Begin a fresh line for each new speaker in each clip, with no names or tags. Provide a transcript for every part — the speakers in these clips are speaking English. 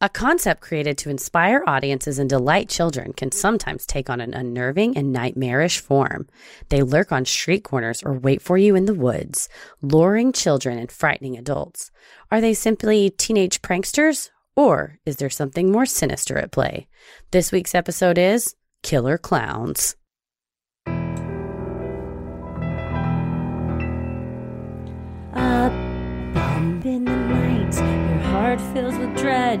A concept created to inspire audiences and delight children can sometimes take on an unnerving and nightmarish form. They lurk on street corners or wait for you in the woods, luring children and frightening adults. Are they simply teenage pranksters? Or is there something more sinister at play? This week's episode is Killer Clowns.
A bump in the night, your heart fills with dread.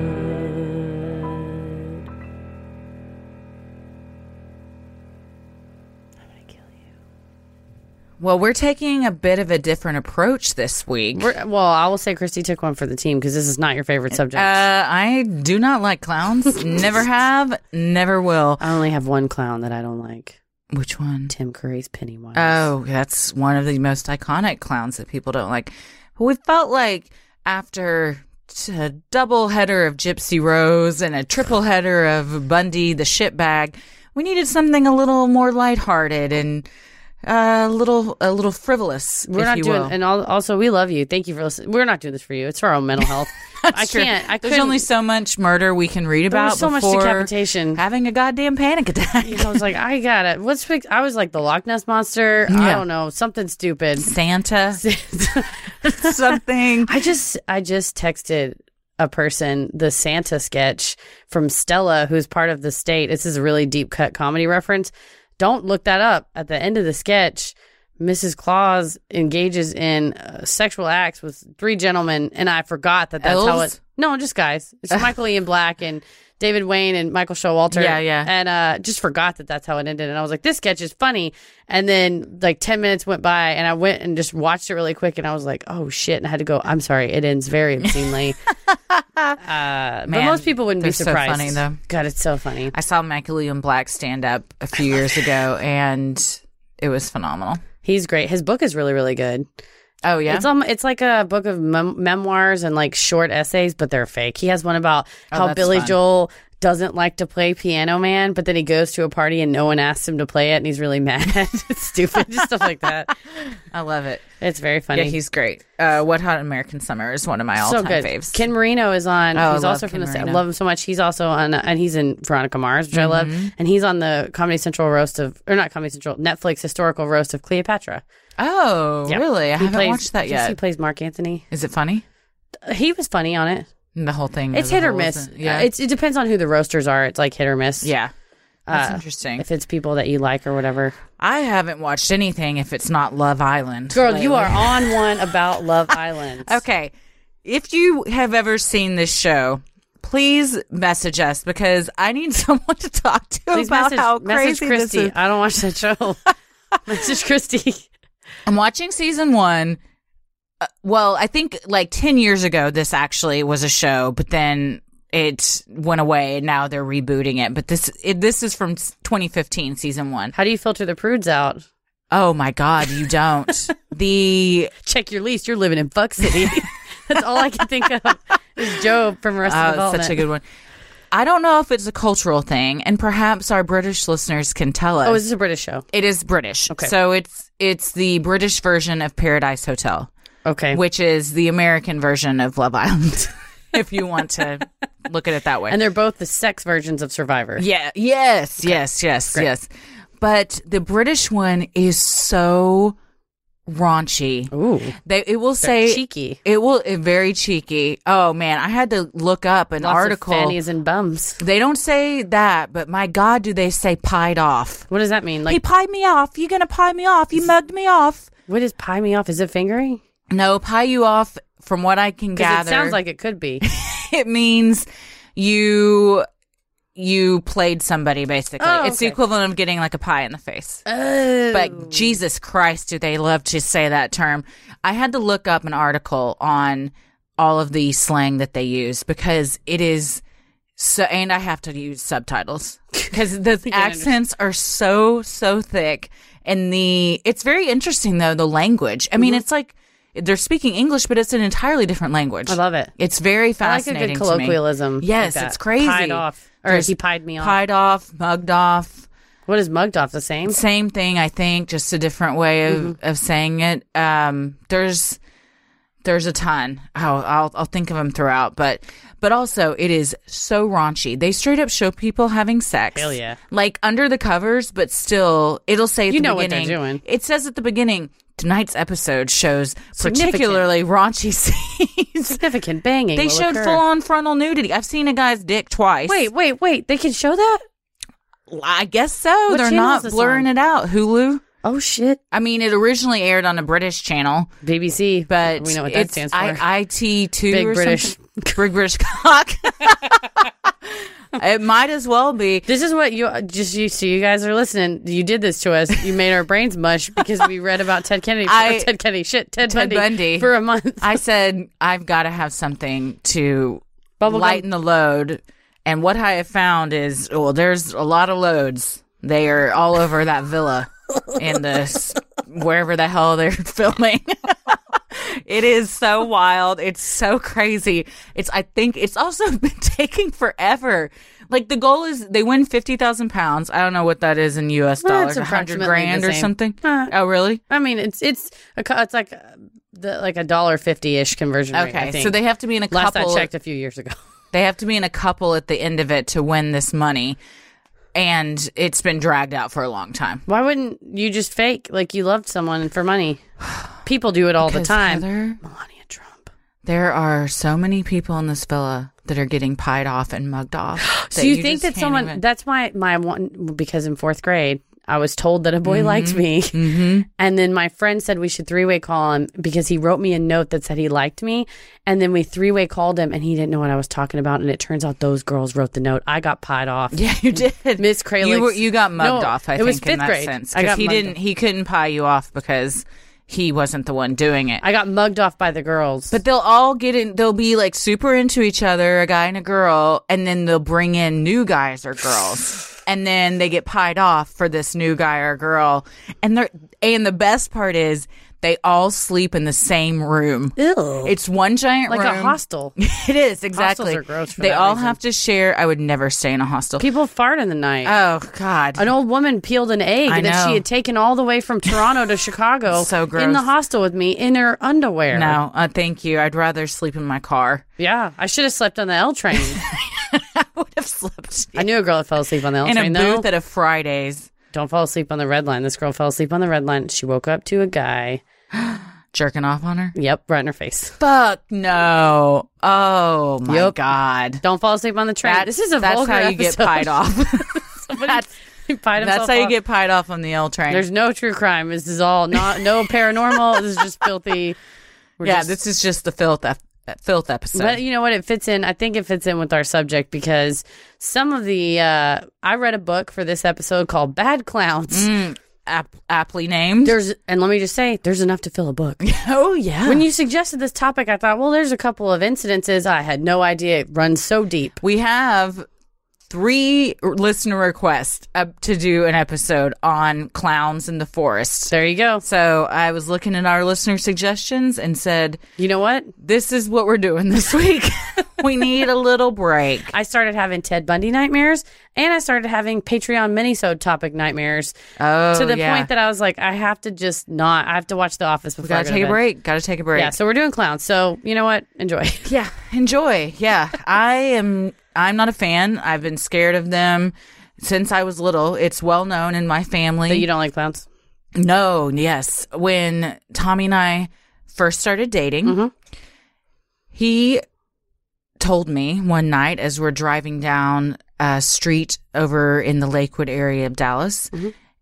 I'm gonna kill you.
Well, we're taking a bit of a different approach this week.
We're, well, I will say Christy took one for the team because this is not your favorite subject.
Uh, I do not like clowns. never have, never will.
I only have one clown that I don't like
Which one?
Tim Curry's Pennywise.
Oh, that's one of the most iconic clowns that people don't like. But we felt like after t- a double header of Gypsy Rose and a triple header of Bundy the shitbag, we needed something a little more lighthearted and uh, a little a little frivolous.
We're
if
not
you
doing,
will.
and al- also we love you. Thank you for listening. We're not doing this for you. It's for our own mental health. I
Sure.
can't. I
There's only
couldn't-
so much murder we can read
There
about.
was so much
before
decapitation.
having a goddamn panic attack.
I was like, I got it. What's fix- I was like the Loch Ness monster. I
Yeah.
don't know something stupid.
Santa, something.
I just I just texted a person the Santa sketch from Stella, who's part of the state. This is a really deep cut comedy reference. Don't look that up. At the end of the sketch, Mrs. Claus engages in uh, sexual acts with three gentlemen, and I forgot that that's how
Elves?
it. No, just guys. It's Michael Ian Black and David Wayne and Michael Showalter.
Yeah, yeah.
And uh, just forgot that that's how it ended. And I was like, this sketch is funny. And then like 10 minutes went by and I went and just watched it really quick. And I was like, oh shit. And I had to go, I'm sorry. It ends very obscenely. uh, but
Man,
most people wouldn't be
they're so
surprised.
funny, though.
God, it's so funny.
I saw Michael Ian Black stand up a few years ago, and it was phenomenal.
He's great. His book is really, really good.
Oh yeah,
It's almost, it's like a book of mem- memoirs and like short essays, but they're fake. He has one about
Oh,
how
that's
Billy
fun.
Joel doesn't like to play Piano Man, but then he goes to a party and no one asks him to play it, and he's really mad. it's stupid, just stuff like that.
I love it.
It's very funny.
Yeah, he's great. Uh, What Hot American Summer is one of my all
so
time
good.
faves.
Ken Marino is on.
Oh, I
he's
love
also from
Ken
the. I
Marino.
love him so much. He's also on, uh, and he's in Veronica Mars, which I
Mm-hmm.
love. And he's on the Comedy Central roast of, or not Comedy Central, Netflix historical roast of Cleopatra.
oh,
Yeah.
really? I
He
haven't
plays-
watched that
yes, He
yet.
plays Mark Anthony. Uh,
Is it funny?
He was funny on it.
The whole thing.
It's
as a
hit or
whole,
miss.
isn't it?
Yeah,
Yeah,
it's, it depends on who the roasters are. It's like hit or miss.
yeah. That's
Uh,
interesting.
if it's people that you like or whatever.
I haven't watched anything if it's not Love Island.
Girl, you are
lately.
on one about Love Island.
Okay. If you have ever seen this show, please message us because I need someone to talk to
Please
about
message,
how
message
crazy
Christy.
this is.
I don't watch that show. message Christy.
I'm watching season one. Uh, well, I think like 10 years ago, this actually was a show, but then it went away and now they're rebooting it. But this, it, this is from s- 2015, season one.
How do you filter the prudes out?
Oh my God, you don't. the,
Check your lease. You're living in Buck City. That's all I can think of is Job from Rest
Oh,
of
it's
Development.
such a good one. I don't know if it's a cultural thing, and perhaps our British listeners can tell us.
Oh, is this a British show?
It is British.
Okay.
So it's it's the British version of Paradise Hotel,
Okay.
which is the American version of Love Island, if you want to look at it that way.
and they're both the sex versions of Survivor.
yeah. Yes. Yes. Yes. Yes. But the British one is so raunchy.
Ooh.
They it will say
cheeky.
It will it, very cheeky. Oh man, I had to look up an
Lots
article.
Of fannies and bums.
They don't say that, but my God, do they say pied off?
What does that mean? Like,
he pied me off. You gonna pie me off? You mugged me off.
what is pie me off? Is it fingering?
No, pie you off. From what I can
Because
gather,
it sounds like it could be.
it means you you played somebody. Basically,
Oh,
it's the
okay.
equivalent of getting like a pie in the face.
Oh.
But Jesus Christ, do they love to say that term? I had to look up an article on all of the slang that they use because it is so, and I have to use subtitles because the accents are
Mm-hmm.
so so thick, and the it's very interesting though the language. I mean, it's like They're speaking English, but it's an entirely different language.
I love it.
It's
I like
very
a
fascinating.
good
to me.
colloquialism. like
Yes,
that.
it's crazy.
Pied off, or
There's
he pied me off.
Pied off, mugged off.
What is mugged off? The same.
Same thing, I think, just a different way of,
Mm-hmm.
of saying it. Um, there's there's a ton. I'll, I'll I'll think of them throughout, but but also it is so raunchy. They straight up show people having sex.
Hell yeah.
Like under the covers, but still, it'll say at
You
the
know what they're
beginning.
doing.
It says at the beginning. Tonight's episode shows
Significant.
particularly raunchy scenes.
Significant banging.
they
will
showed
occur.
full on frontal nudity. I've seen a guy's dick twice.
Wait, wait, wait. They can show that?
I guess so.
What
They're
channel is
not
this
blurring
on?
it out. Hulu.
Oh shit.
I mean, it originally aired on a British channel,
BBC.
but
we know what that
it's
stands for.
I- IT two
Big
or
British.
something. Big British cock. it might as well be.
This is what you uh, just you so you guys are listening. You did this to us. You made our brains mush because we read about Ted Kennedy. For,
I-
Ted Kennedy. Shit. Ted,
Ted Bundy.
for a month.
I said I've got to have something to
Bubblegum.
lighten the load, and what I have found is, well, there's a lot of loads. They are all over that villa in this wherever the hell they're filming. It is so wild. It's so crazy. It's I think it's also been taking forever. Like the goal is they win fifty thousand pounds. I don't know what that is in U.S.
Well, it's
dollars, a hundred
approximately
grand
the
or
same.
something.
Uh,
oh, really?
I mean, it's it's a, co- it's like uh, the like a dollar fifty ish conversion rate. I
Okay,
think.
so they have to be in a
last
couple.
I checked a few years ago.
They have to be in a couple at the end of it to win this money, and it's been dragged out for a long time.
Why wouldn't you just fake like you loved someone for money? People do it all the
'Cause,
time.
Heather,
Melania Trump.
there are so many people in this villa that are getting pied off and mugged off.
So you, think
just
that
can't
someone?
even-
That's why my one because in fourth grade I was told that a
Mm-hmm.
boy liked me, and then my friend said we should three way call him because he wrote me a note that said he liked me, and then we three way called him and he didn't know what I was talking about, and it turns out those girls wrote the note. I got pied off.
Yeah, you did.
Miss Kralik.
You, were, you got mugged
No,
off. I
it
think
was fifth
in that
grade.
sense
I
because
got
he
mugged
didn't. He couldn't pie you off because he wasn't the one doing it.
I got mugged off by the girls.
but they'll all get in. They'll be like super into each other, a guy and a girl, and then they'll bring in new guys or girls, and then they get pied off for this new guy or girl. And they're and the best part is they all sleep in the same room.
Ew.
It's one giant
like
room.
a hostel.
It is exactly.
are gross for
they
that
all
reason.
have to share. I would never stay in a hostel.
People fart in the night.
oh God!
an old woman peeled an egg
I
that
know.
she had taken all the way from Toronto to Chicago
So
in the
gross.
hostel with me in her underwear.
No, uh, thank you. I'd rather sleep in my car.
Yeah, I should have slept on the L train.
I would have slept
I knew a girl that fell asleep on the L
in a
train though.
booth at a Fridays,
Don't fall asleep on the red line. This girl fell asleep on the red line. She woke up to a guy.
jerking off on her.
Yep, right in her face.
Fuck no! Oh my
Yup.
god!
Don't fall asleep on the train.
That-
this is a
that's
vulgar
how you get
episode.
pied off. that's
He pied
that's
himself
how you
off.
get pied off on the L train.
There's no true crime. This is all not no paranormal. this is just filthy. We're
yeah,
just-
this is just the filth ep- filth episode.
But you know what? It fits in. I think it fits in with our subject because some of the. Uh, I read a book for this episode called Bad Clowns.
Mm. Ap- aptly named.
There's and let me just say, there's enough to fill a book.
oh yeah.
when you suggested this topic, I thought, well, there's a couple of incidences. I had no idea it runs so deep.
we have three listener requests up to do an episode on clowns in the forest.
There you go.
So I was looking at our listener suggestions and said,
You know what?
This is what we're doing this week. we need a little break.
I started having Ted Bundy nightmares, and I started having Patreon minisode topic nightmares
Oh,
to the
yeah.
point that I was like, I have to just not. I have to watch The Office before. I
gotta
go to
take a
bed.
break. Gotta take a break.
Yeah, so we're doing clowns. So you know what? Enjoy.
yeah. Enjoy. Yeah. I am, I'm not a fan. I've been scared of them since I was little. It's well known in my family.
But you don't like clowns.
No, yes. When Tommy and I first started dating, he told me one night as we're driving down a street over in the Lakewood area of Dallas,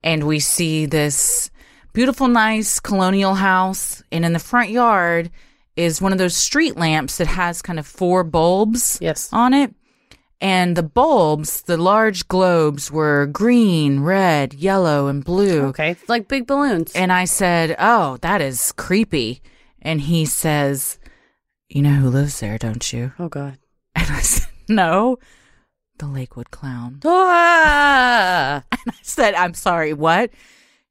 and we see this beautiful, nice colonial house. And in the front yard is one of those street lamps that has kind of four bulbs
Yes.
on it. And the bulbs, the large globes, were green, red, yellow, and blue.
Okay, like big balloons.
And I said, Oh, that is creepy. And he says, You know who lives there, don't you?
oh god.
And I said, No, the Lakewood clown.
Ah!
I said, I'm sorry, what?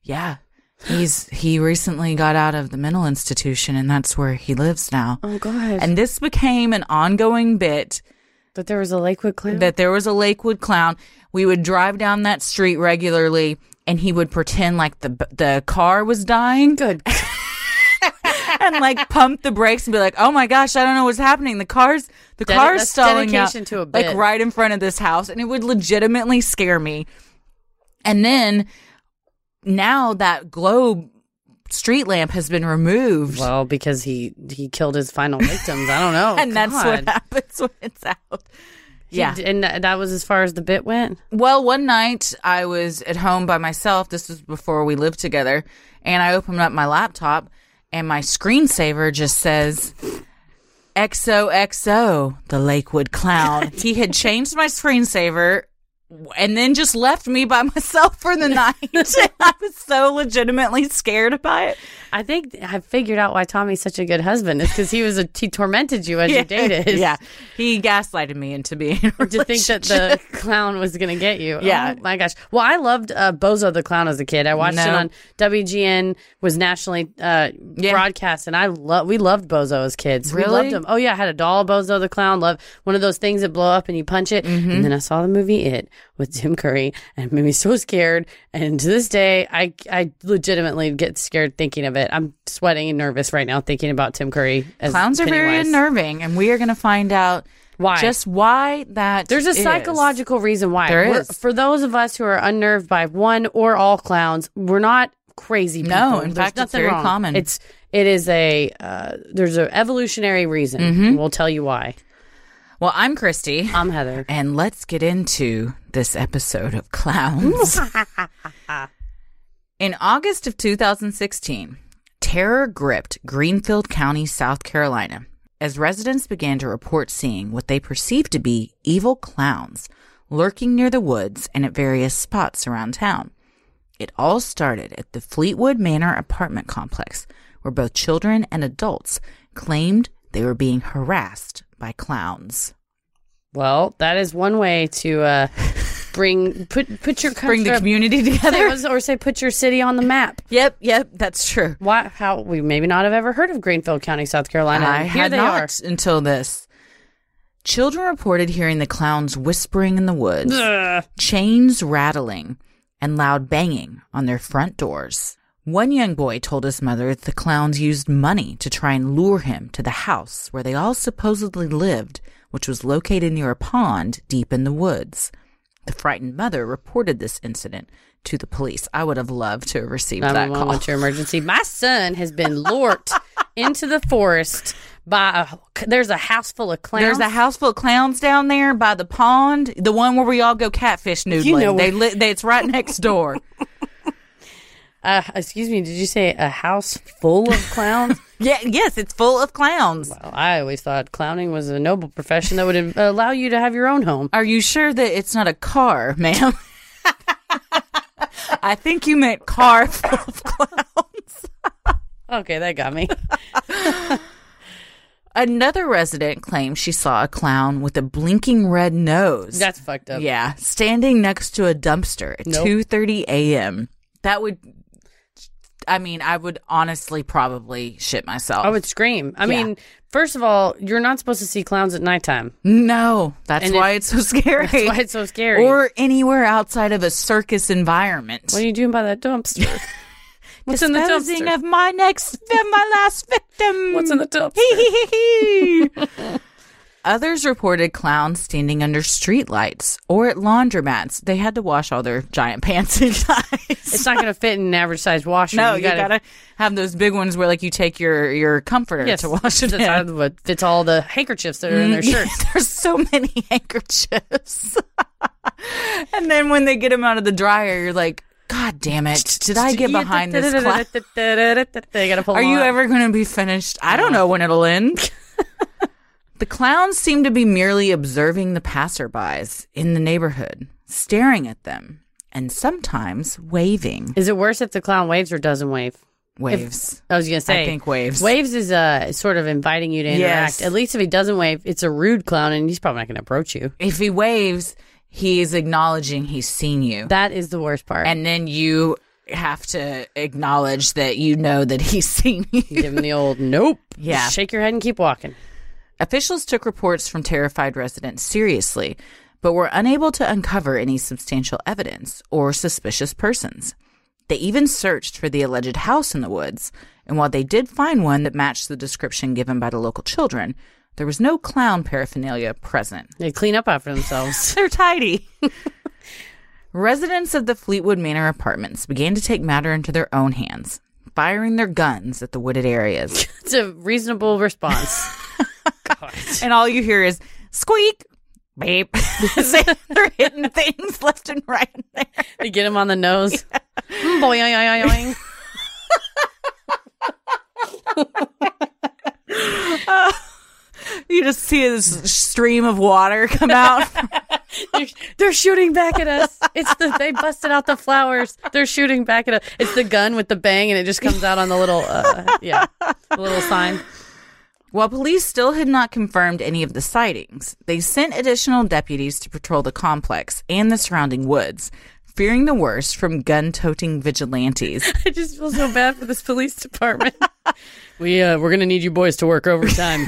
Yeah, He's he recently got out of the mental institution and that's where he lives now.
Oh gosh.
And this became an ongoing bit
that there was a Lakewood clown.
that there was a Lakewood clown. We would drive down that street regularly and he would pretend like the the car was dying
good.
and like pump the brakes and be like, "Oh my gosh, I don't know what's happening. The car's the
Dedi-
car's
that's
stalling out,
dedication to a bit.
like right in front of this house," and it would legitimately scare me. And then now that globe street lamp has been removed,
well, because he he killed his final victims. I don't know.
and that's
God.
what happens when it's out.
He
Yeah.
d- and tha- that was as far as the bit went.
Well, one night I was at home by myself. This was before we lived together. And I opened up my laptop and my screensaver just says XOXO, the Lakewood clown. he had changed my screensaver and then just left me by myself for the night. I was so legitimately scared by it.
I think I figured out why Tommy's such a good husband. It's because he was a he tormented you as you dated.
Yeah. He gaslighted me into being. in a
to think that the
relationship.
clown was going to get you.
Yeah.
Oh my gosh. Well, I loved uh, Bozo the Clown as a kid. I watched it
No.
on WGN was nationally uh,
Yeah.
broadcast, and I love we loved Bozo as kids. We
Really?
loved him. Oh yeah, I had a doll Bozo the Clown. Love one of those things that blow up and you punch it.
Mm-hmm.
And then I saw the movie It with Tim Curry, and it made me so scared. And to this day, I I legitimately get scared thinking of it. I'm sweating and nervous right now thinking about Tim Curry. As
Clowns are very
Pennywise.
unnerving, and we are going to find out
Why?
just why that.
There's a
is.
psychological reason why.
There
We're-
is.
For those of us who are unnerved by one or all clowns, we're not crazy people.
No, in
There's
fact, it's
nothing
very
wrong.
common.
It's it is a uh, there's an evolutionary reason.
Mm-hmm.
and We'll tell you why.
Well, I'm Christy,
I'm Heather.
and let's get into this episode of Clowns. In August of 2016, terror gripped Greenfield County, South Carolina, as residents began to report seeing what they perceived to be evil clowns lurking near the woods and at various spots around town. It all started at the Fleetwood Manor apartment complex, where both children and adults claimed they were being harassed by clowns.
Well, that is one way to uh, bring put put your
bring the
country-
community
say-
together.
was- or say put your city on the map.
Yep, yep, that's true.
Why? How we maybe not have ever heard of Greenfield County, South Carolina.
I
and Here
had
they are.
not until this. Children reported hearing the clowns whispering in the woods,
Ugh.
chains rattling, and loud banging on their front doors. One young boy told his mother that the clowns used money to try and lure him to the house where they all supposedly lived, which was located near a pond deep in the woods. The frightened mother reported this incident to the police. I would have loved to have received that
911
call.
what's your emergency my son has been lured into the forest by a there's a house full of clowns
There's a house full of clowns down there by the pond, the one where we all go catfish noodling.
You know
they, li- they it's right next door.
uh, excuse me did you say a house full of clowns
yeah, yes, it's full of clowns.
well, i always thought clowning was a noble profession that would allow you to have your own home
Are you sure that it's not a car, ma'am? I think you meant car full of clowns.
okay that got me
Another resident claimed she saw a clown with a blinking red nose.
that's fucked up
yeah, standing next to a dumpster at
Nope.
2:30 a.m. That would I mean, I would honestly probably shit myself.
i would scream i mean first of all you're not supposed to see clowns at nighttime
No, that's
And
why it's so scary.
that's why it's so scary
Or anywhere outside of a circus environment.
what are you doing by that dumpster what's in the
Disposing
dumpster
of my next, of my last victim.
what's in the dumpster
Hee, hee, hee, hee. Others reported clowns standing under streetlights or at laundromats. They had to wash all their giant pants and ties.
it's not going to fit in an average size washer
No, you gotta, have those big ones where like you take your your comforter
yes,
to wash it.
that's
in. Mm.
how it fits all the handkerchiefs that are in their shirts.
There's so many handkerchiefs. and then when they get them out of the dryer, you're like, God damn it. Did I get behind this clown?
They gotta pull
Are
them
you
out.
ever going to be finished? I don't know when it'll end. the clowns seem to be merely observing the passerbys in the neighborhood, staring at them, and sometimes waving.
Is it worse if the clown waves or doesn't wave?
Waves.
I was gonna say.
I think waves.
Waves is uh, sort of inviting you to interact.
Yes.
At least if he doesn't wave, it's a rude clown and he's probably not gonna approach you.
If he waves, he is acknowledging he's seen you.
That is the worst part.
and then you have to acknowledge that you know that he's seen you.
Give him the old nope.
Yeah.
Shake your head and keep walking.
Officials took reports from terrified residents seriously, but were unable to uncover any substantial evidence or suspicious persons. They even searched for the alleged house in the woods, and while they did find one that matched the description given by the local children, there was no clown paraphernalia present.
They clean up after themselves.
They're tidy. Residents of the Fleetwood Manor apartments began to take matter into their own hands, firing their guns at the wooded areas.
it's a reasonable response. God.
and all you hear is squeak, beep. They're hitting things left and right. There.
They get him on the nose. Mm, boing, oing, oing, oing.
You just see this stream of water come out.
They're- They're shooting back at us. It's the they busted out the flowers. They're shooting back at us. It's the gun with the bang, and it just comes out on the little uh, yeah, the little sign.
While police still had not confirmed any of the sightings, they sent additional deputies to patrol the complex and the surrounding woods, fearing the worst from gun toting vigilantes.
I just feel so bad for this police department. we uh, we're gonna need you boys to work overtime.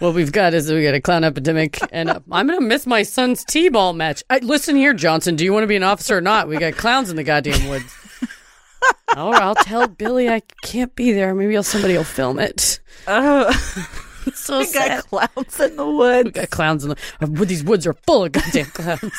what we've got is we got a clown epidemic, and uh, I'm gonna miss my son's t-ball match. I, listen here, Johnson. Do you want to be an officer or not? We got clowns in the goddamn woods. Or I'll tell Billy I can't be there. Maybe I'll, somebody will film it.
Oh,
It's so
we
sad.
got clowns in the woods.
got clowns in the. uh, wo- These woods are full of goddamn clowns.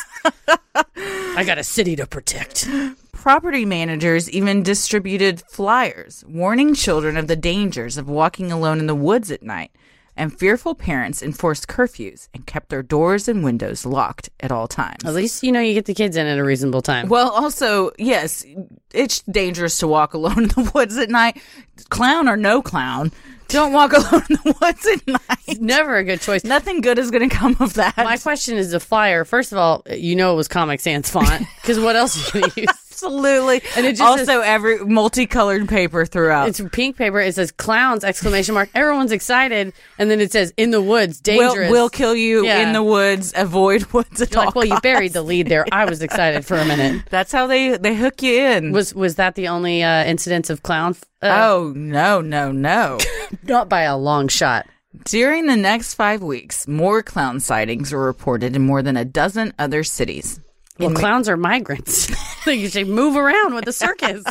I got a city to protect.
Property managers even distributed flyers warning children of the dangers of walking alone in the woods at night, and fearful parents enforced curfews and kept their doors and windows locked at all times.
At least you know you get the kids in at a reasonable time.
Well, also, yes, it's dangerous to walk alone in the woods at night. Clown or no clown, don't walk alone in the woods at night.
Never a good choice.
Nothing good is going to come of that.
My question is the flyer. First of all, you know it was Comic Sans font because what else are you gonna use?
Absolutely.
And it just
also
says-
every multicolored paper throughout.
It's pink paper. It says clowns exclamation mark. Everyone's excited, and then it says in the woods,
will
dangerous.
will kill you
Yeah.
in the woods. Avoid woods at
You're
all
like, well, you
costs.
buried the lead there. I was excited for a minute.
That's how they they hook you in.
Was was that the only uh, incidence of clown? Uh,
oh no no no!
not by a long shot.
During the next five weeks, more clown sightings were reported in more than a dozen other cities.
Well, clowns are migrants. they should move around with the circus.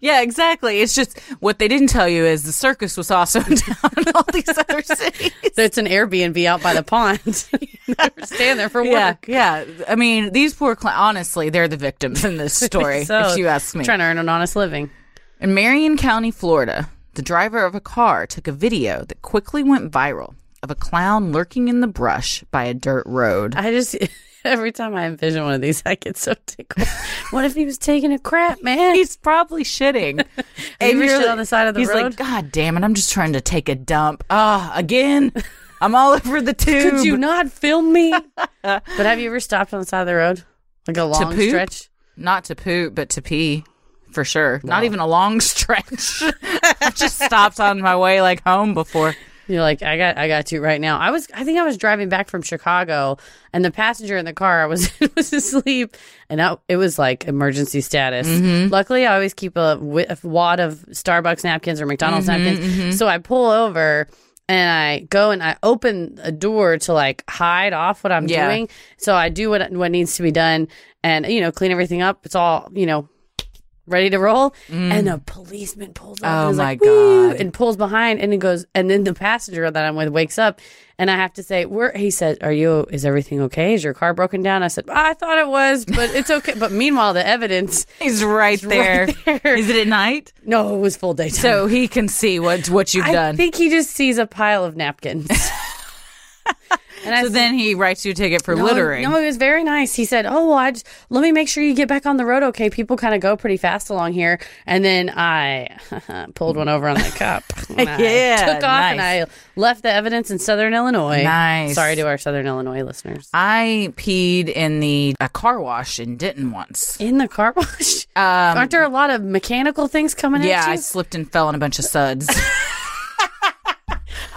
Yeah, exactly. It's just what they didn't tell you is the circus was also in town in all these other cities.
That's an Airbnb out by the pond. They were Staying there for work.
Yeah, yeah. I mean, these poor clowns. Honestly, they're the victims in this story.
So,
if you ask me,
Trying to earn an honest living.
In Marion County, Florida, the driver of a car took a video that quickly went viral of a clown lurking in the brush by a dirt road.
I just every time I envision one of these, I get so tickled. what if he was taking a crap, man?
He's probably shitting.
Have you ever
Really-
shit on the side of the
he's
road?
like, God damn it! I'm just trying to take a dump. Ah, again. I'm all over the tube.
Could you not film me? but have you ever stopped on the side of the road, like a long
poop?
stretch?
Not to poop, but to pee, for sure. Not even a long stretch. I just stopped on my way like home before.
You're like, I got, I got you right now. I was, I think I was driving back from Chicago, and the passenger in the car I was was asleep, and I, it was like emergency status. Luckily, I always keep a, wi- a wad of Starbucks napkins or McDonald's napkins, so I pull over. And I go and I open a door to like hide off what I'm
Yeah.
doing. So I do what what needs to be done, and you know clean everything up. It's all you know ready to roll. And a policeman pulls up
Mm. Oh
and is
my
like, "Woo,"
God.
and pulls behind and it goes and then the passenger that I'm with wakes up and I have to say, Where he said, Are you is everything okay? Is your car broken down? I said, I thought it was, but it's okay. but meanwhile the evidence
He's right, there. Is
there.
it at night?
No, it was full daytime.
So he can see what what you've
I
done.
think he just sees a pile of napkins. and I
so then he writes you a ticket for
No,
littering.
No, he was very nice. He said, "Oh, well, I just, let me make sure you get back on the road, okay? People kind of go pretty fast along here." And then I pulled one over on that cop. And I
Yeah,
took off and I
nice.
left the evidence in Southern Illinois.
Nice.
Sorry to our Southern Illinois listeners.
I peed in the a car wash and didn't once.
In the car wash.
Um,
Aren't there a lot of mechanical things coming
Yeah,
at
I
you?
slipped and fell on a bunch of suds.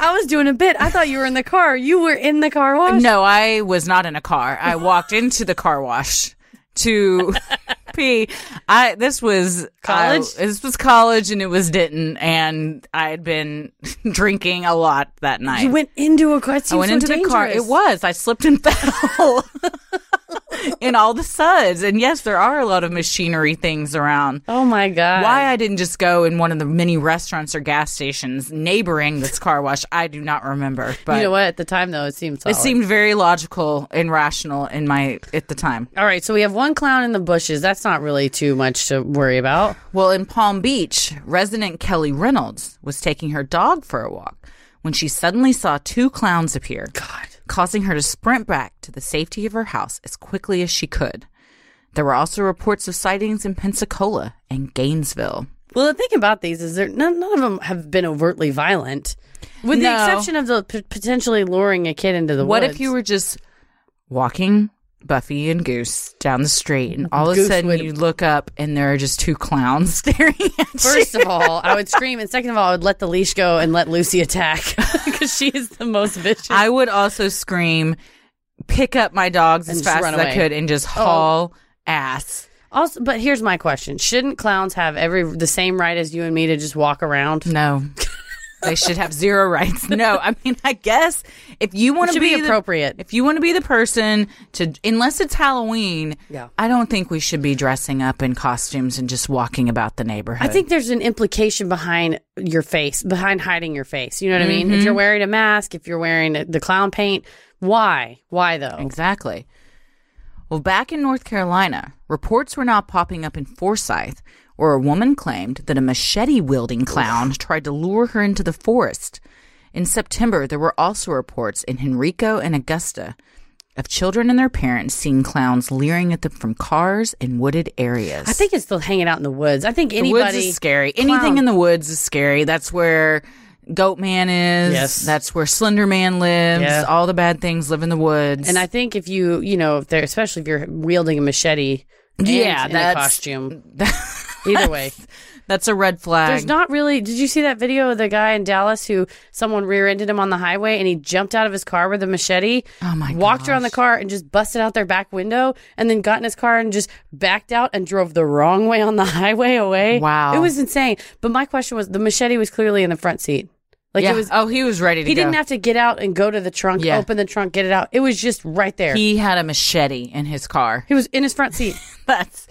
I was doing a bit. I thought you were in the car. You were in the car wash.
no, I was not in a car. I walked into the car wash to therapy. I this was
College?
I- this was college, and it was Denton, and I had been drinking a lot that night.
You went into a car. It
I went
seems
into
so
the car. It
dangerous.
was. I slipped and fell in all the suds. And yes, there are a lot of machinery things around.
Oh my god.
Why I didn't just go in one of the many restaurants or gas stations neighboring this car wash, I do not remember. But
you know what? At the time though, it seemed solid.
it seemed very logical and rational in my at the time.
All right, so we have one clown in the bushes. That's not really too much to worry about.
Well, in Palm Beach, resident Kelly Reynolds was taking her dog for a walk when she suddenly saw two clowns appear,
God.
causing her to sprint back to the safety of her house as quickly as she could. There were also reports of sightings in Pensacola and Gainesville.
Well, the thing about these is there none, none of them have been overtly violent, with the
No.
exception of the p- potentially luring a kid into the
what
woods.
if you were just walking Buffy and Goose down the street, and all of
Goose
a sudden
would-
you look up and there are just two clowns staring at you?
First of all, I would scream, and second of all, I would let the leash go and let Lucy attack because she is the most vicious.
I would also scream, pick up my dogs as
And just
fast
run
as
away. Oh.
I could, and just haul ass.
also, but here's my question: Shouldn't clowns have every the same right as you and me to just walk around?
No. they should have zero rights. No, I mean, I guess if you want
It
to
should be,
the-
appropriate.
if you want to be the person to, unless it's Halloween,
Yeah.
I don't think we should be dressing up in costumes and just walking about the
I
neighborhood.
think there's an implication behind your face, behind hiding your face. You know what I mean? If
Mm-hmm.
you're wearing a mask, if you're wearing the clown paint, why? Why though?
Exactly. Well, back in North Carolina, reports were now popping up in Forsyth, where a woman claimed that a machete wielding clown tried to lure her into the forest. In September, there were also reports in Henrico and Augusta of children and their parents seeing clowns leering at them from cars in wooded areas.
I think it's still hanging out in the woods. I think anybody.
the woods is scary. Anything in the woods is scary. That's where Goat Man is.
Yes.
That's where Slender Man lives.
Yeah.
All the bad things live in the woods.
And I think if you, you know, if they're especially if you're wielding a machete, and
Yeah,
in a
that's-
costume. Either way,
That's a red flag.
there's not really. Did you see that video of the guy in Dallas who someone rear-ended him on the highway and he jumped out of his car with a machete?
Oh my
Walked around the car and just busted out their back window, and then got in his car and just backed out and drove the wrong way on the highway away.
Wow.
it was insane. But my question was, the machete was clearly in the front seat. Like
yeah.
it was,
oh, he was ready to
he
go.
didn't have to get out and go to the trunk,
Yeah.
open the trunk, get it out. It was just right there.
He had a machete in his car.
he was in his front seat.
That's,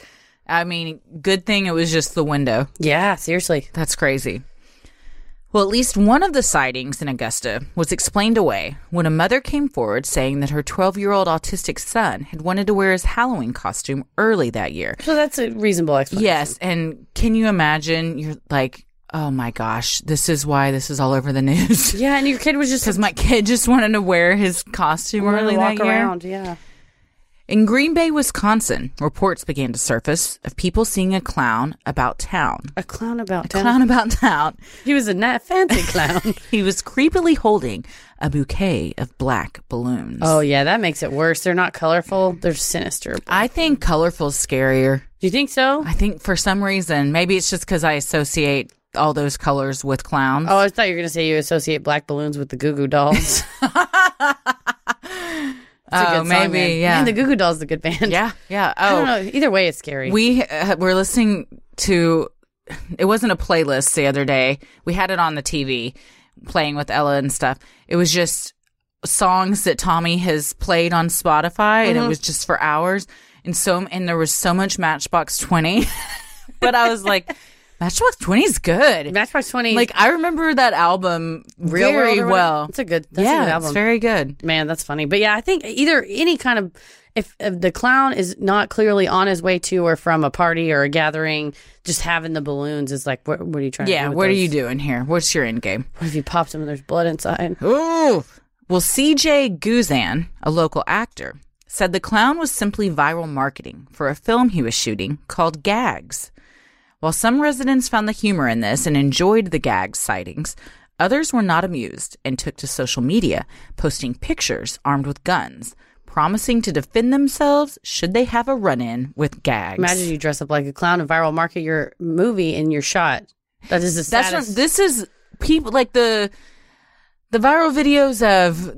I mean, good thing it was just the window.
Yeah, seriously.
That's crazy. Well, at least one of the sightings in Augusta was explained away when a mother came forward saying that her 12 year old autistic son had wanted to wear his Halloween costume early that year.
So that's a reasonable explanation.
Yes. And can you imagine? You're like, oh my gosh, this is why this is all over the news.
Yeah, and your kid was just
Because my kid just wanted to wear his costume
wanted to
early
walk
that year.
around. Yeah.
In Green Bay, Wisconsin, reports began to surface of people seeing a clown about town.
A clown about town.
Clown about town.
He was a na- fancy clown.
He was creepily holding a bouquet of black balloons.
oh yeah, that makes it worse. They're not colorful. They're sinister. Do
I think colorful's scarier.
you think so?
I think for some reason, maybe it's just because I associate all those colors with clowns.
Oh, I thought you were gonna say you associate black balloons with the Goo Goo Dolls. Oh, It's a
Oh,
good song,
maybe,
man.
yeah.
Man, the Goo Goo Dolls is a good band.
yeah, yeah.
I don't
Oh,
know. Either way, it's scary.
we uh, were listening to it wasn't a playlist the other day we had it on the tv playing with ella and stuff it was just songs that tommy has played on spotify and
Mm-hmm.
it was just for hours and so and there was so much matchbox 20 but i was like matchbox 20 is good
Matchbox Twenty.
like i remember that album
Real World or
very
whatever?
well
It's a good. That's
yeah
a good album.
it's very good
Man, that's funny. But yeah, I think either any kind of if, if the clown is not clearly on his way to or from a party or a gathering, just having the balloons is like, what, what are you trying to
yeah
do? with
what are
those?
you doing here what's your end game
What if you pop some and there's blood inside?
Ooh. Well, CJ Guzan, a local actor, said the clown was simply viral marketing for a film he was shooting called Gags. While some residents found the humor in this and enjoyed the Gags sightings, others were not amused and took to social media, posting pictures armed with guns, promising to defend themselves should they have a run in with Gags.
Imagine you dress up like a clown and viral market your movie and your shot. That is the
That's
saddest.
what, this is people like the the viral videos of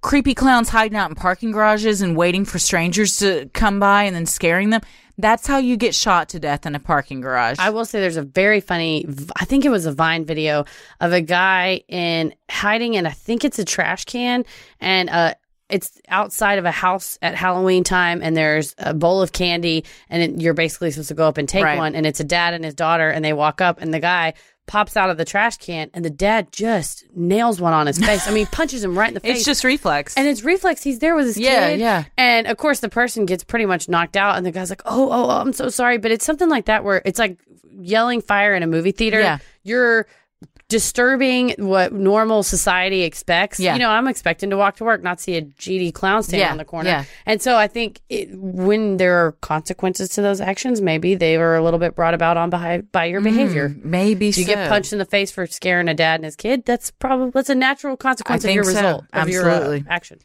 creepy clowns hiding out in parking garages and waiting for strangers to come by and then scaring them. That's how you get shot to death in a parking garage.
I will say there's a very funny, I think it was a Vine video of a guy in hiding in, I think it's a trash can, and uh, it's outside of a house at Halloween time, and there's a bowl of candy, and it, you're basically supposed to go up and take
Right.
one, and it's a dad and his daughter, and they walk up, and the guy pops out of the trash can, and the dad just nails one on his face. I mean, punches him right in the face.
it's just reflex.
And it's reflex. He's there with his
Yeah,
kid.
yeah.
And of course, the person gets pretty much knocked out, and the guy's like, "Oh, oh, oh, I'm so sorry," but it's something like that where it's like yelling fire in a movie theater.
Yeah.
You're disturbing what normal society expects.
Yeah.
You know, I'm expecting to walk to work, not see a GD clown standing
Yeah,
on the corner.
yeah.
And so I think it, when there are consequences to those actions, maybe they were a little bit brought about on by, by your behavior.
Maybe
If you
Mm-hmm. so.
get punched in the face for scaring a dad and his kid, that's probably that's a natural consequence
I
of your
think so.
result of
Absolutely.
your uh, action.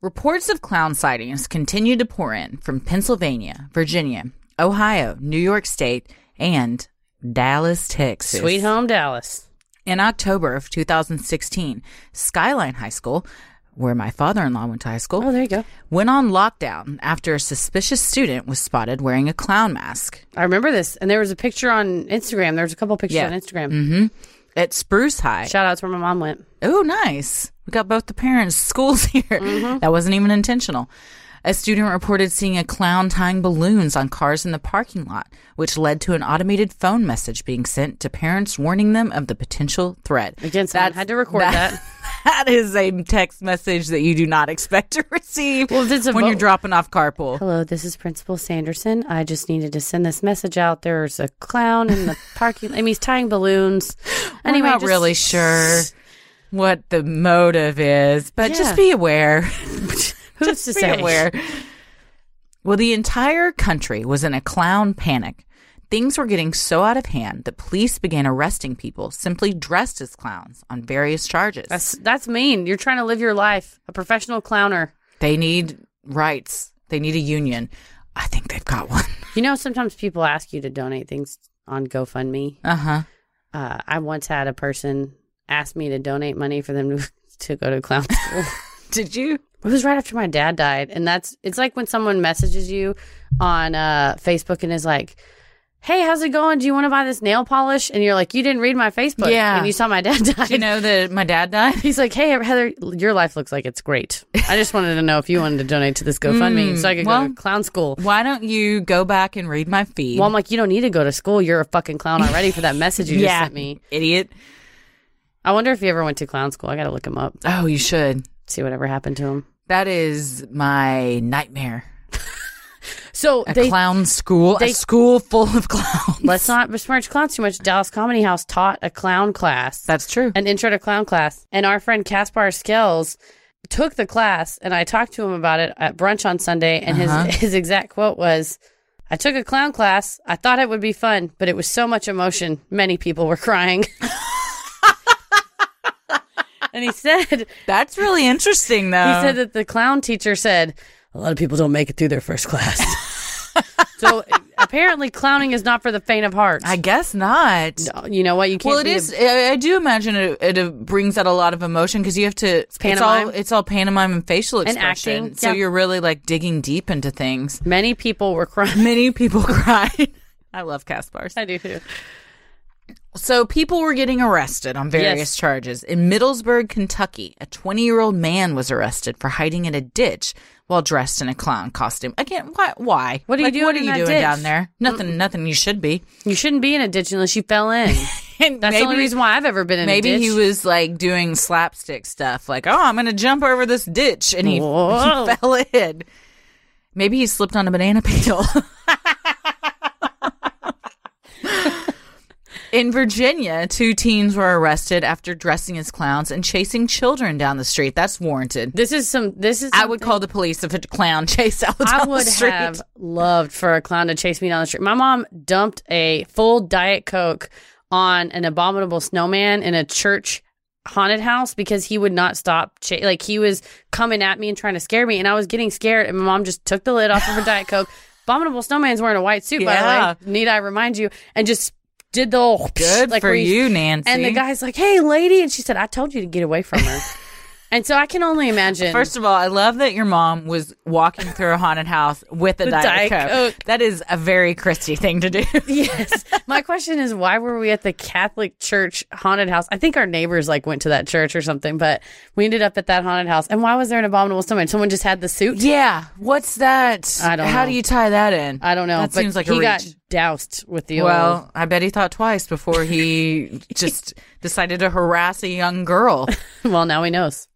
Reports of clown sightings continue to pour in from Pennsylvania, Virginia, Ohio, New York State, and Dallas, Texas.
Sweet home Dallas.
In October of 2016, Skyline High School, where my father in law went to high school,
Oh, there you go.
went on lockdown after a suspicious student was spotted wearing a clown mask.
I remember this, and there was a picture on Instagram. There was a couple pictures
Yeah. Mm-hmm.
on Instagram.
At Spruce High.
Shout out to where my mom went.
Oh, nice. We got both the parents' schools here. That wasn't even intentional. A student reported seeing a clown tying balloons on cars in the parking lot, which led to an automated phone message being sent to parents warning them of the potential threat.
Again, someone
That's-
had to record that.
That is a text message that you do not expect to receive
Well, if it's a
when you're
vote-
dropping off carpool.
Hello, this is Principal Sanderson. I just needed to send this message out. There's a clown in the parking. I mean, he's tying balloons.
I'm
Anyway,
not
just-
really sure what the motive is, but
Yeah.
just be aware.
Who's to
be
say?
aware. Well, the entire country was in a clown panic. Things were getting so out of hand that police began arresting people simply dressed as clowns on various charges.
That's that's mean. You're trying to live your life, a professional clowner.
they need rights. They need a union. I think they've got one.
You know, sometimes people ask you to donate things on GoFundMe.
Uh huh.
Uh, I once had a person ask me to donate money for them to, to go to clown school.
Did you?
It was right after my dad died, and that's it's like when someone messages you on uh, Facebook and is like, "Hey, how's it going? Do you want to buy this nail polish?" And you're like, "You didn't read my Facebook,
Yeah.
and you saw my dad die."
You know that my dad died.
He's like, "Hey, Heather, your life looks like it's great. I just wanted to know if you wanted to donate to this GoFundMe so I could go
Mm, well-
to clown school."
Why don't you go back and read my feed?
Well, I'm like, "You don't need to go to school. You're a fucking clown already for that message you just sent me."
idiot.
I wonder if he ever went to clown school. I gotta look him up,
Oh, you should.
see whatever happened to him.
That is my nightmare.
So
A
they
clown school,
they-
a school full of clowns.
let's not besmirch clowns too much. Dallas Comedy House taught a clown class.
That's true.
an intro to clown class, and our friend Caspar Skells took the class, and I talked to him about it at brunch on Sunday, and his his exact quote was, "I took a clown class. I thought it would be fun, but it was so much emotion. Many people were crying." and he said,
That's really interesting, though.
he said that the clown teacher said, "A lot of people don't make it through their first class." so apparently, clowning is not for the faint of heart.
I guess not.
you know what? You can't.
Well, it
be a-
is. I I do imagine it, it uh, brings out a lot of emotion because you have to. It's, all.
pantomime.
It's all pantomime and facial expression.
acting,
So
yeah.
you're really like digging deep into things.
Many people were crying.
Many people cried. I love Caspar's.
I do too.
So people were getting arrested on various
Yes.
charges. In Middlesburg, Kentucky, a 20-year-old man was arrested for hiding in a ditch while dressed in a clown costume. Again, why? Why?
What are you
Like,
doing
What are
in
you
that
doing
ditch?
down there? Nothing. Nothing. You should be.
You shouldn't be in a ditch unless you fell in. That's
And
the only reason why I've ever been in a
Maybe
ditch.
he was like doing slapstick stuff, like, oh, I'm going to jump over this ditch. And he, he
Whoa.
fell in. Maybe he slipped on a banana peel. In Virginia, two teens were arrested after dressing as clowns and chasing children down the street. That's warranted.
This is some. This is.
I would call the police if a clown chased out down
I
the
would
street.
have loved for a clown to chase me down the street. My mom dumped a full diet coke on an abominable snowman in a church haunted house because he would not stop. Cha- like he was coming at me and trying to scare me, and I was getting scared. And my mom just took the lid off of her diet coke. Abominable snowman's wearing a white suit,
Yeah.
by the way. Need I remind you? And just did the old
Good
like
for
where
you, Nancy.
And the guy's like, "Hey, lady," and she said, "I told you to get away from her." And so I can only imagine.
First of all, I love that your mom was walking through a haunted house with a
With Diet
Diet, Coke.
Coke.
That is a very Christie thing to do.
yes. My question is why were we at the Catholic church haunted house? I think our neighbors like went to that church or something, but we ended up at that haunted house. And why was there an abominable stomach? Someone just had the suit?
yeah. What's that?
I don't
How
know.
do you tie that in?
I don't know.
That
but
seems like
he
a reach.
got doused with the oil.
well, I bet he thought twice before he just decided to harass a young girl.
well, now he knows.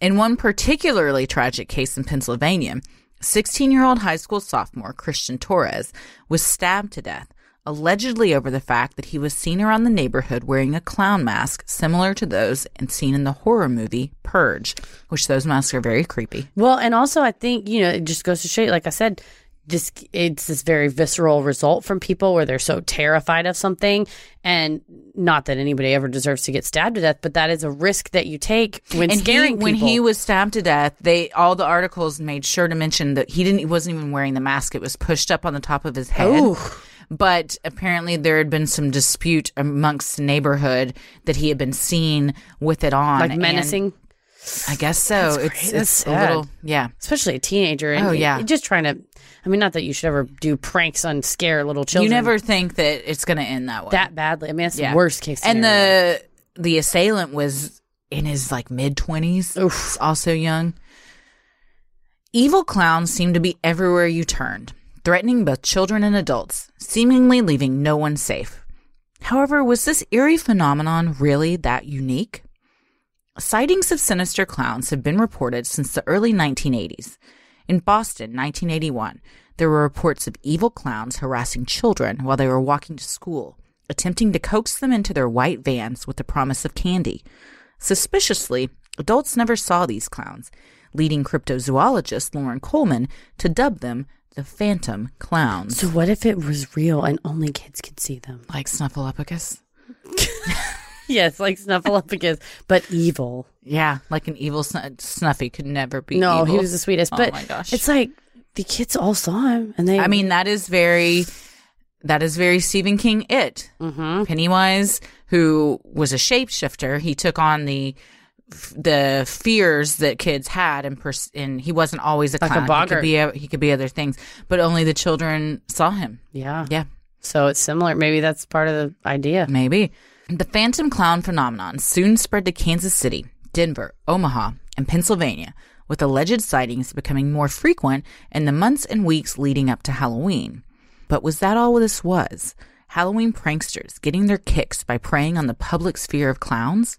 In one particularly tragic case in Pennsylvania, 16 year old high school sophomore Christian Torres was stabbed to death, allegedly over the fact that he was seen around the neighborhood wearing a clown mask similar to those and seen in the horror movie Purge, which those masks are very creepy.
Well, and also I think you know it just goes to show. you, Like I said, this it's this very visceral result from people where they're so terrified of something, and not that anybody ever deserves to get stabbed to death, but that is a risk that you take when
And he,
scaring
when
people.
he was stabbed to death, they all the articles made sure to mention that he didn't he wasn't even wearing the mask. It was pushed up on the top of his head. But apparently there had been some dispute amongst the neighborhood that he had been seen with it on.
like
and
menacing,
I guess so. It's
great.
it's
That's
a little
sad.
yeah.
especially a teenager. And
Oh, yeah.
and just trying to. I mean, not that you should ever do pranks on scare little children.
You never think that it's gonna end that way.
that badly. I mean, that's
Yeah.
the worst case.
and
scenario.
the the assailant was in his like mid twenties, also young. Evil clowns seemed to be everywhere you turned, threatening both children and adults, seemingly leaving no one safe. However, was this eerie phenomenon really that unique? Sightings of sinister clowns have been reported since the early 1980s. In Boston, 1981, there were reports of evil clowns harassing children while they were walking to school, attempting to coax them into their white vans with the promise of candy. Suspiciously, adults never saw these clowns, leading cryptozoologist Lauren Coleman to dub them the phantom clowns.
so what if it was real and only kids could see them?
like Snuffleupagus?
Yes, like Snuffleupagus, but evil.
Yeah, like an evil snu- Snuffy could never be
No, he
evil.
was the sweetest.
Oh
But
my gosh.
it's like the kids all saw him, and they.
I mean, that is very, that is very Stephen King. It
Mm-hmm.
Pennywise, who was a shapeshifter, he took on the the fears that kids had, and pers- and he wasn't always a
Like a
clown. He
boggart.
could be a- he could be other things, but only the children saw him.
yeah.
Yeah.
So it's similar. Maybe that's part of the idea.
Maybe. The phantom clown phenomenon soon spread to Kansas City, Denver, Omaha, and Pennsylvania, with alleged sightings becoming more frequent in the months and weeks leading up to Halloween. But was that all this was? Halloween pranksters getting their kicks by preying on the public's fear of clowns?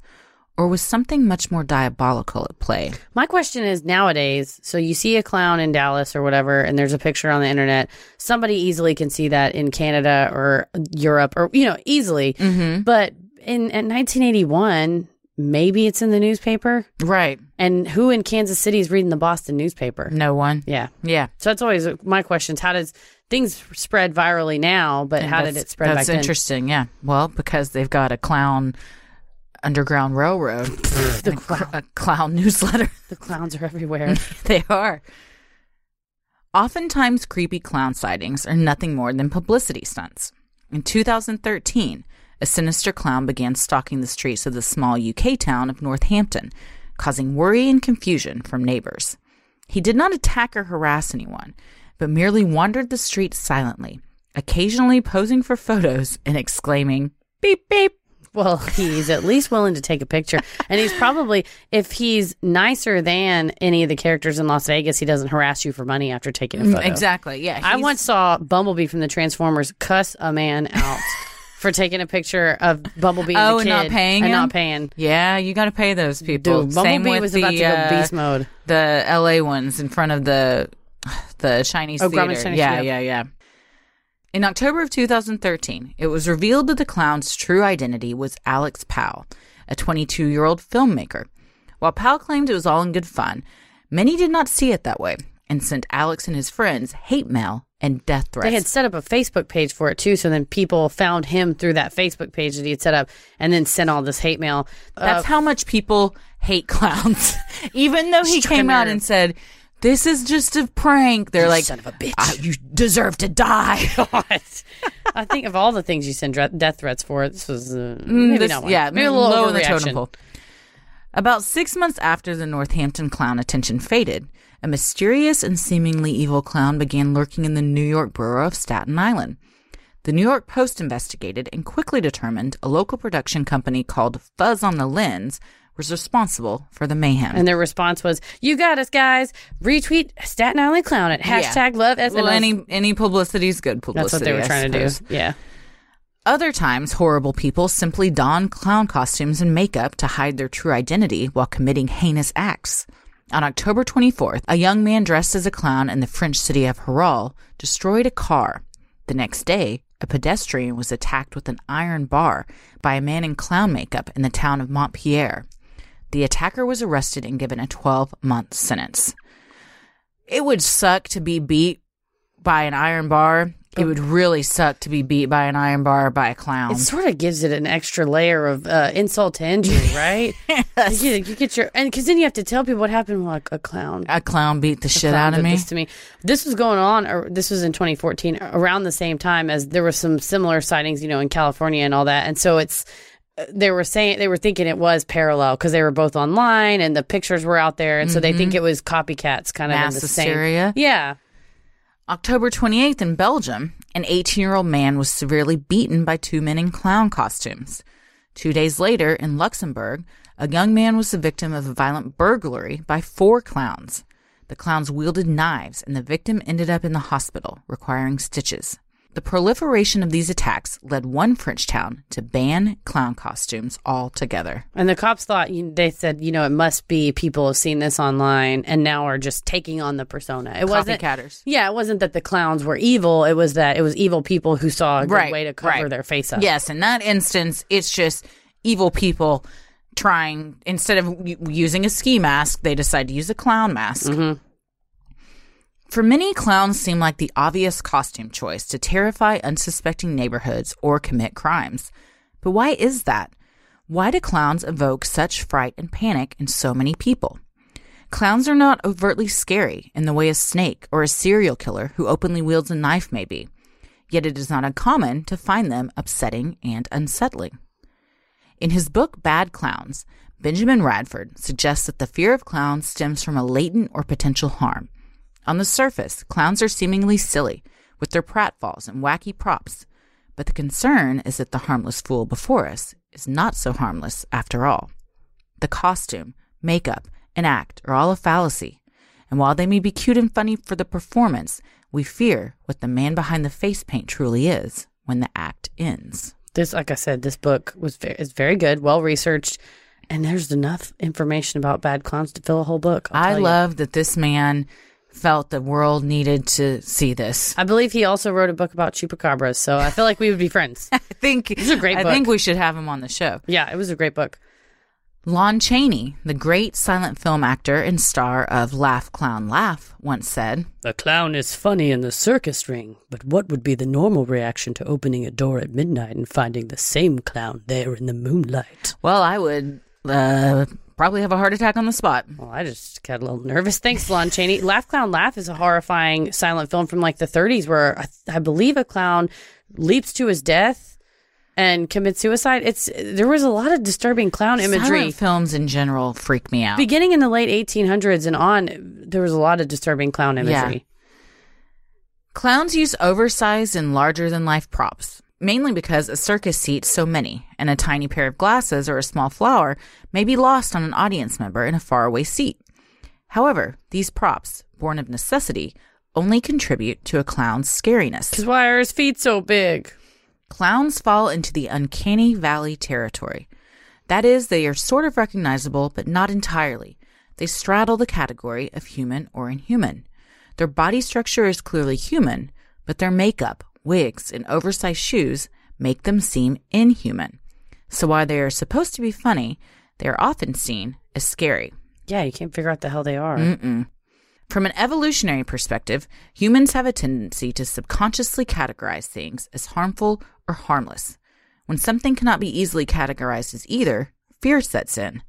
Or was something much more diabolical at play?
My question is nowadays. So you see a clown in Dallas or whatever, and there's a picture on the internet. Somebody easily can see that in Canada or Europe or you know easily.
Mm-hmm.
But in at 1981, maybe it's in the newspaper.
Right.
And who in Kansas City is reading the Boston newspaper?
No one.
Yeah.
Yeah.
So that's always my question: is How does things spread virally now? But how did
That's-
it spread
That's
back then?
interesting. Yeah. Well, because they've got a clown underground railroad, and a, cl- a clown newsletter.
The clowns are everywhere.
they are. Oftentimes, creepy clown sightings are nothing more than publicity stunts. In 2013, a sinister clown began stalking the streets of the small UK town of Northampton, causing worry and confusion from neighbors. He did not attack or harass anyone, but merely wandered the streets silently, occasionally posing for photos and exclaiming, beep, beep.
well, he's at least willing to take a picture, and he's probably if he's nicer than any of the characters in Las Vegas, he doesn't harass you for money after taking a photo.
Mm, Exactly. Yeah.
I
he's-
once saw Bumblebee from the Transformers cuss a man out for taking a picture of Bumblebee.
Oh,
and, the
and not
kid
paying
and
him?
not paying.
Yeah, you got to pay those people.
Dude,
Same
Bumblebee
with
was
the,
about to go
uh,
beast mode.
the LA ones in front of the the Chinese
Oh,
theater.
Grauman's Chinese
yeah,
Theater.
yeah, yeah. In October of 2013, it was revealed that the clown's true identity was Alex Powell, a 22-year-old filmmaker. While Powell claimed it was all in good fun, many did not see it that way and sent Alex and his friends hate mail and death threats.
They had set up a Facebook page for it too, so then people found him through that Facebook page that he had set up, and then sent all this hate mail.
That's
Uh,
how much people hate clowns. Even though he
Just trying
came out
to-
and said, "This is just a prank," they're
You
like,
son of a bitch.
"Ah, you deserve to die."
God. I think of all the things you send dre- death threats for, this was uh, maybe
Mm, This-
not one.
Yeah,
maybe a little
low in the
overreaction.
totem pole. About six months after the Northampton clown attention faded, a mysterious and seemingly evil clown began lurking in the New York borough of Staten Island. The New York Post investigated and quickly determined a local production company called Fuzz on the Lens was responsible for the mayhem.
And their response was, "You got us, guys! Retweet Staten Island Clown at
Yeah.
hashtag Love SNL."
well, any any publicity is good publicity.
That's what they were
I
trying to
suppose.
do. Yeah.
Other times, horrible people simply don clown costumes and makeup to hide their true identity while committing heinous acts. On October 24th, a young man dressed as a clown in the French city of Haral destroyed a car. The next day, a pedestrian was attacked with an iron bar by a man in clown makeup in the town of Montpellier. The attacker was arrested and given a 12 month sentence. It would suck to be beat by an iron bar. It would really suck to be beat by an iron bar by a clown.
It sort of gives it an extra layer of uh, insult to injury, right? you, get- you get your and because then you have to tell people what happened. Like a clown,
a clown beat the shit
clown
out of
did
me.
This to me, this was going on. Or this was in 2014, around the same time as there was some similar sightings, you know, in California and all that. And so it's uh, they were saying they were thinking it was parallel because they were both online and the pictures were out there, and so they think it was copycats, kind of in
Mm-hmm. Mass
the same.
hysteria.
Yeah,
October 28th in Belgium, an 18 year old man was severely beaten by two men in clown costumes. Two days later in Luxembourg, a young man was the victim of a violent burglary by four clowns. The clowns wielded knives, and the victim ended up in the hospital, requiring stitches. The proliferation of these attacks led one French town to ban clown costumes altogether.
And the cops thought you- they said, you know, it must be people have seen this online and now are just taking on the persona. It wasn't
Copycatters.
Yeah, it wasn't that the clowns were evil. It was that it was evil people who saw a good
Right,
way to cover
right.
their face up.
Yes, in that instance, it's just evil people trying instead of u- using a ski mask, they decide to use a clown mask.
Mm-hmm.
For many, clowns seem like the obvious costume choice to terrify unsuspecting neighborhoods or commit crimes. But why is that? Why do clowns evoke such fright and panic in so many people? Clowns are not overtly scary in the way a snake or a serial killer who openly wields a knife may be yet it is not uncommon to find them upsetting and unsettling. In his book Bad Clowns, Benjamin Radford suggests that the fear of clowns stems from a latent or potential harm. On the surface, clowns are seemingly silly with their pratfalls and wacky props, but the concern is that the harmless fool before us is not so harmless after all. The costume, makeup, and act are all a fallacy. And while they may be cute and funny for the performance, we fear what the man behind the face paint truly is when the act ends.
This, like I said, this book was very, is very good, well researched, and there's enough information about bad clowns to fill a whole book. I'll
I
tell you.
love that this man felt the world needed to see this.
I believe he also wrote a book about chupacabras, so I feel like we would be friends.
I think
is a great
I
book.
think we should have him on the show.
yeah, it was a great book.
Lon Chaney, the great silent film actor and star of Laugh Clown Laugh, once said,
The clown is funny in the circus ring, but what would be the normal reaction to opening a door at midnight and finding the same clown there in the moonlight?
"Well, I would uh, probably have a heart attack on the spot."
Well, I just got a little nervous. Thanks, Lon Chaney. Laugh Clown Laugh is a horrifying silent film from like the 30s where I, I believe a clown leaps to his death and commits suicide. It's there was a lot of disturbing clown imagery.
Silent films in general freak me out.
Beginning in the late 1800s and on, there was a lot of disturbing clown imagery.
Clowns use oversized and larger than life props, mainly because a circus seats so many, and a tiny pair of glasses or a small flower may be lost on an audience member in a faraway seat. However, these props, born of necessity, only contribute to a clown's
Because
scariness.
why are his feet so big?
Clowns fall into the uncanny valley territory. That is, they are sort of recognizable, but not entirely. They straddle the category of human or inhuman. Their body structure is clearly human, but their makeup, wigs, and oversized shoes make them seem inhuman. So while they are supposed to be funny, they are often seen as scary.
Yeah, you can't figure out the hell they are.
Mm-mm. From an evolutionary perspective, humans have a tendency to subconsciously categorize things as harmful or harmless. When something cannot be easily categorized as either, fear sets in.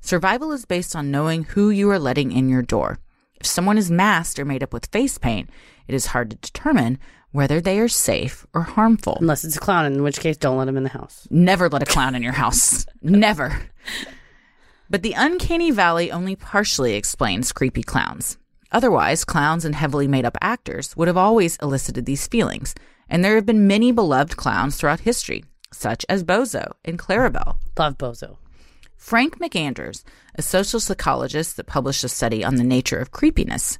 Survival is based on knowing who you are letting in your door. If someone is masked or made up with face paint, it is hard to determine whether they are safe or harmful.
Unless it's a clown, in which case, don't let him in the house.
Never let a clown in your house. Never. But the uncanny valley only partially explains creepy clowns. Otherwise, clowns and heavily made up actors would have always elicited these feelings, and there have been many beloved clowns throughout history, such as Bozo and Clarabelle.
Love Bozo.
Frank McAndrews, a social psychologist that published a study on the nature of creepiness,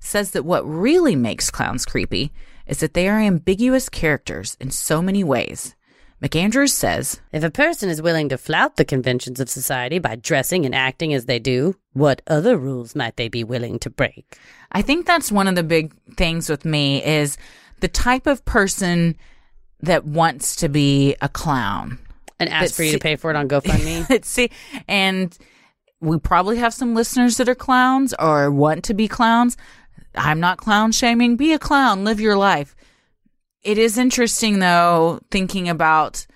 says that what really makes clowns creepy is that they are ambiguous characters in so many ways. McAndrews says,
If a person is willing to flout the conventions of society by dressing and acting as they do, what other rules might they be willing to break?
I think that's one of the big things with me is the type of person that wants to be a clown.
And ask
But
for you to
see-
pay for it on GoFundMe?
Let's see. And we probably have some listeners that are clowns or want to be clowns. I'm not clown shaming. Be a clown. Live your life. It is interesting, though, thinking about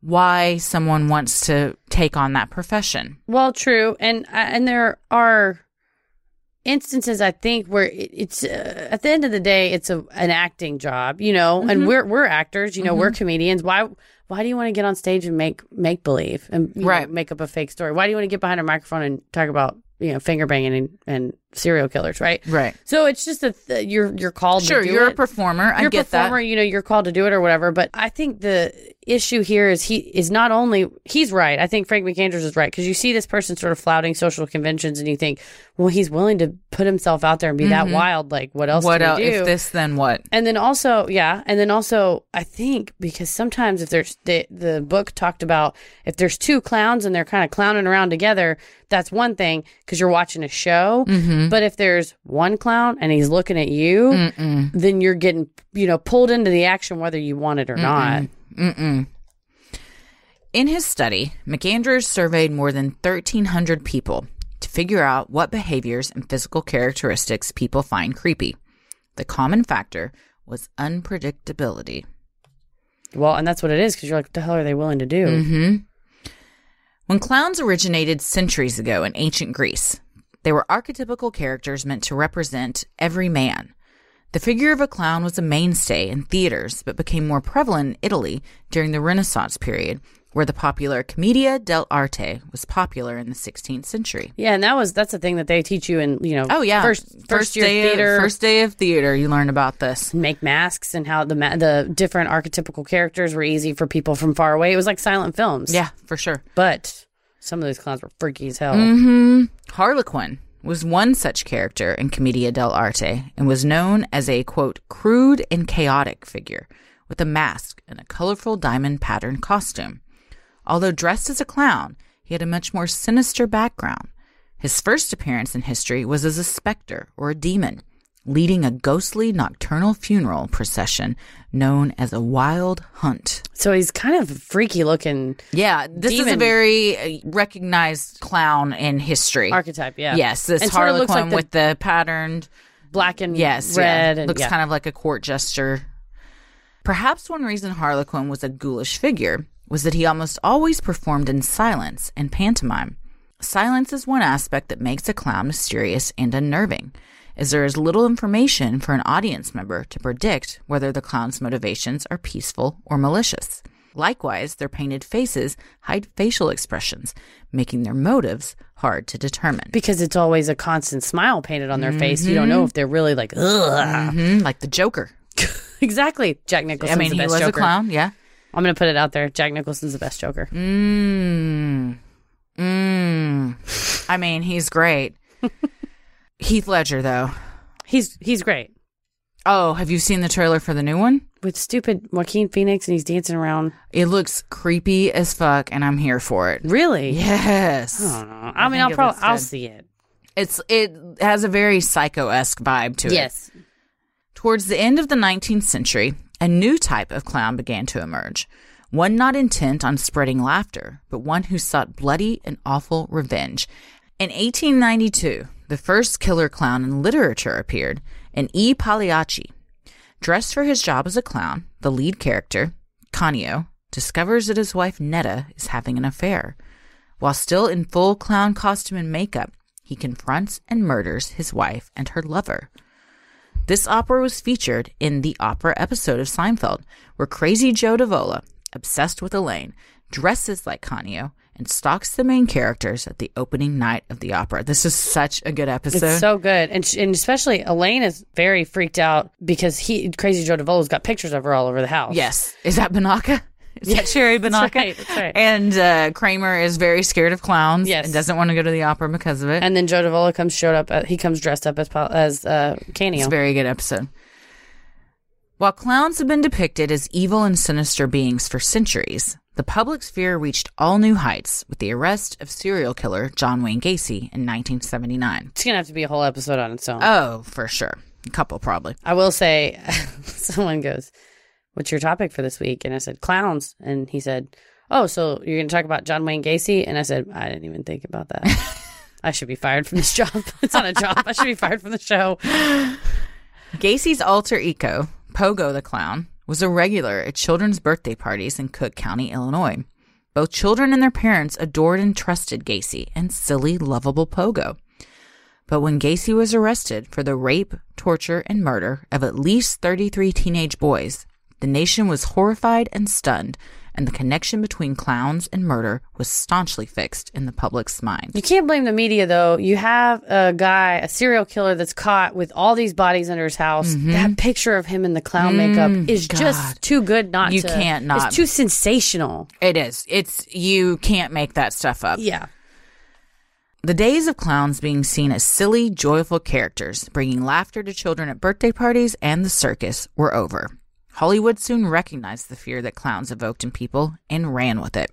why someone wants to take on that profession.
Well, true, and uh, and there are instances I think where it, it's uh, at the end of the day, it's a an acting job, you know,
Mm-hmm.
and we're we're actors, you know, we're comedians. Why why do you want to get on stage and make make believe and you know,
Right.
make up a fake story? Why do you want to get behind a microphone and talk about you know finger banging and, and serial killers, right?
Right.
So it's just that th- you're you're called.
Sure,
to do
you're
it
a performer. I
you're
get
a performer,
that.
you know, you're called to do it or whatever. But I think the issue here is he is not only he's right. I think Frank McAndrews is right because you see this person sort of flouting social conventions, and you think, well, he's willing to put himself out there and be that wild. Like, what else?
Mm-hmm. What
do we
else?
do?
If this, then what?
And then also, yeah, and then also, I think because sometimes if there's the the book talked about if there's two clowns and they're kind of clowning around together, that's one thing because you're watching a show.
Mm-hmm.
But if there's one clown and he's looking at you, then you're getting you know pulled into the action whether you want it or not.
In his study, McAndrews surveyed more than 1,300 people to figure out what behaviors and physical characteristics people find creepy. The common factor was unpredictability.
Well, and that's what it is because you're like, what the hell are they willing to do?
Mm-hmm. When clowns originated centuries ago in ancient Greece, they were archetypical characters meant to represent every man. The figure of a clown was a mainstay in theaters, but became more prevalent in Italy during the Renaissance period, where the popular commedia dell'arte was popular in the 16th century.
Yeah, and that was that's the thing that they teach you in you know.
Oh yeah,
first first, year
day
theater,
Of, first day of theater, you learn about this.
make masks and how the ma- the different archetypical characters were easy for people from far away. It was like silent films.
Yeah, for sure.
but some of those clowns were freaky as hell.
Mm. Mm-hmm. Harlequin was one such character in Commedia dell'arte and was known as a quote crude and chaotic figure with a mask and a colorful diamond pattern costume. Although dressed as a clown, he had a much more sinister background. His first appearance in history was as a specter or a demon, leading a ghostly nocturnal funeral procession known as a wild hunt.
So he's kind of freaky looking
Yeah, this is a
Demon.
very uh, recognized clown in history.
archetype. Yeah.
Yes, this
and sort of
harlequin
looks like the
with the patterned
black and
yes,
red
yeah.
and
looks
yeah.
kind of like a court jester. Perhaps one reason Harlequin was a ghoulish figure was that he almost always performed in silence and pantomime. Silence is one aspect that makes a clown mysterious and unnerving, as there is little information for an audience member to predict whether the clown's motivations are peaceful or malicious. Likewise, their painted faces hide facial expressions, making their motives hard to determine.
because it's always a constant smile painted on their face. You don't
Mm-hmm.
know if they're really like Ugh.
Mhm, like the Joker.
exactly. Jack Nicholson's
I mean,
the
he
best
was
Joker.
a clown, yeah.
I'm gonna put it out there. Jack Nicholson's the best Joker.
Mm. Mm. I mean, he's great. Heath Ledger, though.
He's he's great
Oh, have you seen the trailer for the new one?
with stupid Joaquin Phoenix and he's dancing around.
It looks creepy as fuck, and I'm here for it.
Really?
Yes,
I don't know. I, mean,
think
I'll
it
probably
looks
I'll
good.
see it.
it's it has a very psycho esque vibe to it.
Yes.
Towards the end of the 19th century, a new type of clown began to emerge. One not intent on spreading laughter, but one who sought bloody and awful revenge. In 1892, the first killer clown in literature appeared, in E. Pagliacci. Dressed for his job as a clown, the lead character, Canio, discovers that his wife Netta is having an affair. While still in full clown costume and makeup, he confronts and murders his wife and her lover. This opera was featured in the opera episode of Seinfeld, where crazy Joe Davola, obsessed with Elaine, dresses like Canio and stalks the main characters at the opening night of the opera. This is such a good episode.
It's so good, and sh and especially Elaine is very freaked out because he crazy Joe Davolo's got pictures of her all over the house.
yes. Is that Banaka? Is that Sherry Banaka?
right, Oh. that's right.
And uh, Kramer is very scared of clowns
Yes.
and doesn't want to go to the opera because of it.
and then Joe Davola comes showed up. uh he comes dressed up as Pol- as uh,
It's
Canio.
a very good episode. While clowns have been depicted as evil and sinister beings for centuries, the public's fear reached all new heights with the arrest of serial killer John Wayne Gacy in 1979.
it's gonna have to be a whole episode on its own.
Oh, for sure. A couple, probably.
I will say, someone goes, "What's your topic for this week?" And I said, "Clowns," and he said, "Oh, so you're gonna talk about John Wayne Gacy?" And I said, "I didn't even think about that." I should be fired from this job. It's not a job. I should be fired from the show.
Gacy's alter ego, Pogo the Clown, was a regular at children's birthday parties in Cook County, Illinois. Both children and their parents adored and trusted Gacy and silly, lovable Pogo. But when Gacy was arrested for the rape, torture, and murder of at least 33 teenage boys, the nation was horrified and stunned, and the connection between clowns and murder was staunchly fixed in the public's mind.
You can't blame the media though. You have a guy, a serial killer that's caught with all these bodies under his house. That picture of him in the clown makeup is
Mm-hmm. Mm, God.
just too good not
You
to.
can't not.
It's too sensational.
It is. It's you can't make that stuff up.
Yeah.
The days of clowns being seen as silly, joyful characters, bringing laughter to children at birthday parties and the circus, were over. Hollywood soon recognized the fear that clowns evoked in people and ran with it.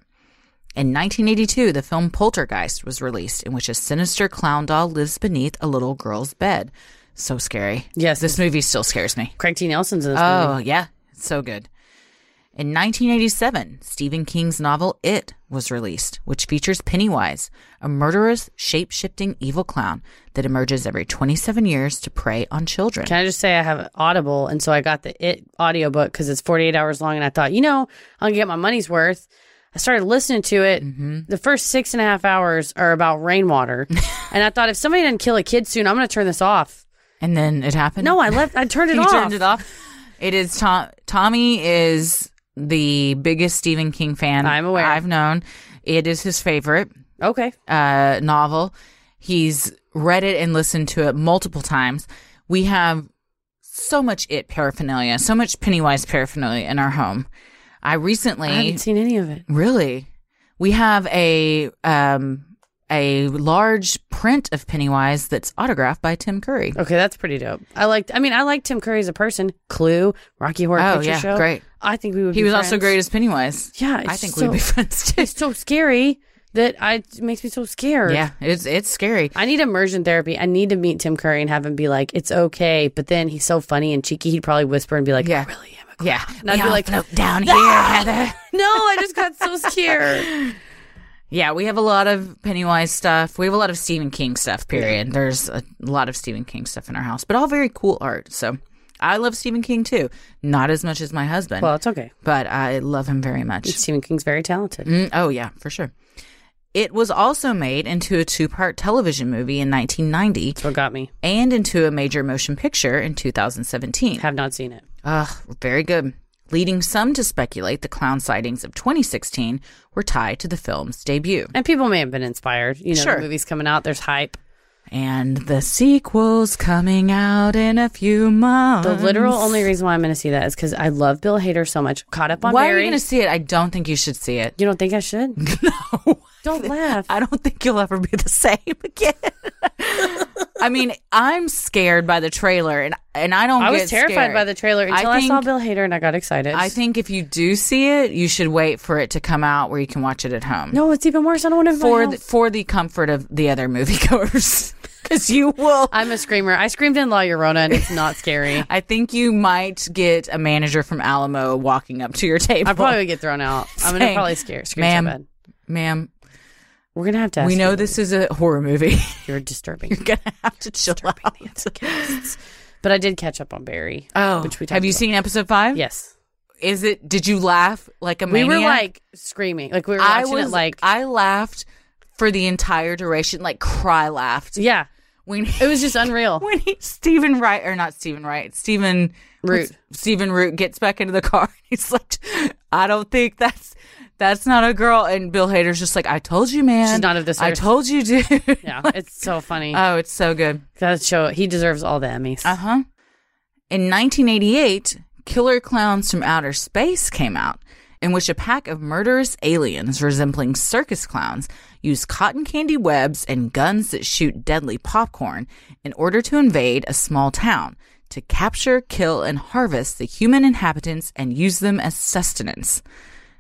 In 1982, the film Poltergeist was released, in which a sinister clown doll lives beneath a little girl's bed. So scary.
Yes.
This movie still scares me.
Craig T. Nelson's in this movie.
Oh, yeah. It's so good. In 1987, Stephen King's novel It was released, which features Pennywise, a murderous, shape shifting evil clown that emerges every 27 years to prey on children.
Can I just say I have Audible, and so I got the It audiobook because it's 48 hours long, and I thought, you know, I'll get my money's worth. I started listening to it.
Mm-hmm.
The first six and a half hours are about rainwater, and I thought if somebody doesn't kill a kid soon, I'm going to turn this off.
and then it happened.
No, I left. I turned it
you
off.
turned it off. It is Tom. Tommy is the biggest Stephen King fan
I'm aware.
I've known. It is his favorite.
Okay.
uh, novel. He's read it and listened to it multiple times. We have so much it paraphernalia, so much Pennywise paraphernalia in our home. I recently
I haven't seen any of it.
really we have a um a large print of Pennywise that's autographed by Tim Curry.
Okay, that's pretty dope. I liked. I mean, I like Tim Curry as a person. Clue, Rocky Horror
Oh,
Picture
yeah,
Show.
great.
I think we would.
He
be
was also
friends.
great as Pennywise.
Yeah,
I
it's
think
so-
we'd be friends too.
It's so scary that I it makes me so scared.
Yeah, it's it's scary.
I need immersion therapy. I need to meet Tim Curry and have him be like, "It's okay," but then he's so funny and cheeky, he'd probably whisper and be like,
Yeah.
"I really am." A
Yeah,
And I'd be like, "Ah!"
float down here, Heather.
no, I just got so scared.
Yeah, we have a lot of Pennywise stuff. We have a lot of Stephen King stuff, period. There's a lot of Stephen King stuff in our house, but all very cool art. So I love Stephen King too. Not as much as my husband,
well, it's okay.
but I love him very much.
Stephen King's very talented.
Mm, oh, yeah, for sure. It was also made into a two part television movie in 1990
That's what got me.
and into a major motion picture in 2017.
Have not seen it.
Ugh, very good. Leading some to speculate the clown sightings of 2016 were tied to the film's debut.
And people may have been inspired. You know,
Sure.
the movie's coming out. There's hype.
And the sequel's coming out in a few months.
The literal only reason why I'm going to see that is because I love Bill Hader so much. Caught up on
Why are
Barry.
you going to see it? I don't think you should see it.
You don't think I should? No. Don't laugh.
I don't think you'll ever be the same again. I mean, I'm scared by the trailer, and and I don't.
I was
get
terrified
scared.
by the trailer until I,
think-
saw Bill Hader and I got excited.
I think if you do see it, you should wait for it to come out where you can watch it at home
no, it's even worse. I don't want to
for the, for the comfort of the other moviegoers, because you will.
I'm a screamer. I screamed in La Llorona, and it's not scary.
I think you might get a manager from Alamo walking up to your table.
I probably would get thrown out. I'm gonna
Same.
probably scare scream
Ma'am,
so bad.
ma'am,
We're gonna have to. Ask
we know
you.
this is a horror movie.
you're disturbing,
You're gonna have to chill out.
but I did catch up on Barry.
Oh,
which we talked
have you
about.
seen episode five?
Yes,
Is it? Did you laugh like a
we
maniac?
were like screaming, like we were
I
watching
was
it, like
I laughed for the entire duration, like cry laughed
yeah,
when
it
he,
was just unreal.
when he Stephen Wright or not Stephen Wright Stephen
Root.
what's- Stephen Root gets back into the car. He's like, I don't think that's that's not a girl. And Bill Hader's just like, I told you, man.
She's not of this
I
earth."
told you, dude.
Yeah, it's so funny.
oh, it's so good.
that show he deserves all the Emmys.
Uh huh. In 1988, Killer Clowns from Outer Space came out, in which a pack of murderous aliens resembling circus clowns use cotton candy webs and guns that shoot deadly popcorn in order to invade a small town to capture, kill, and harvest the human inhabitants and use them as sustenance.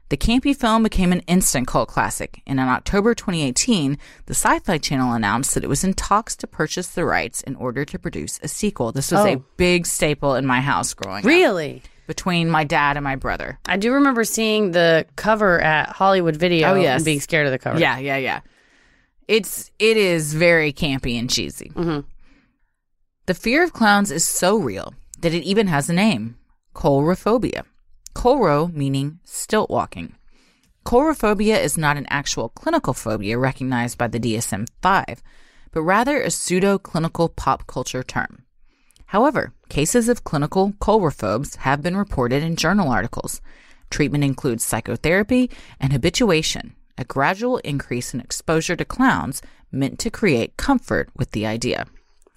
The campy film became an instant cult classic, and in October 2018, the Sci Fi Channel announced that it was in talks to purchase the rights in order to produce a sequel. This was a
Oh.
big staple in my house growing up
really?
between my dad and my brother.
I do remember seeing the cover at Hollywood Video
Oh, yes.
and being scared of the cover.
Yeah, yeah, yeah. It's it is very campy and cheesy.
Mm-hmm.
The fear of clowns is so real that it even has a name: chorophobia. Choro meaning stilt walking. Chorophobia is not an actual clinical phobia recognized by the DSM 5, but rather a pseudo clinical pop culture term. However, cases of clinical chlorophobes have been reported in journal articles. Treatment includes psychotherapy and habituation, a gradual increase in exposure to clowns meant to create comfort with the idea.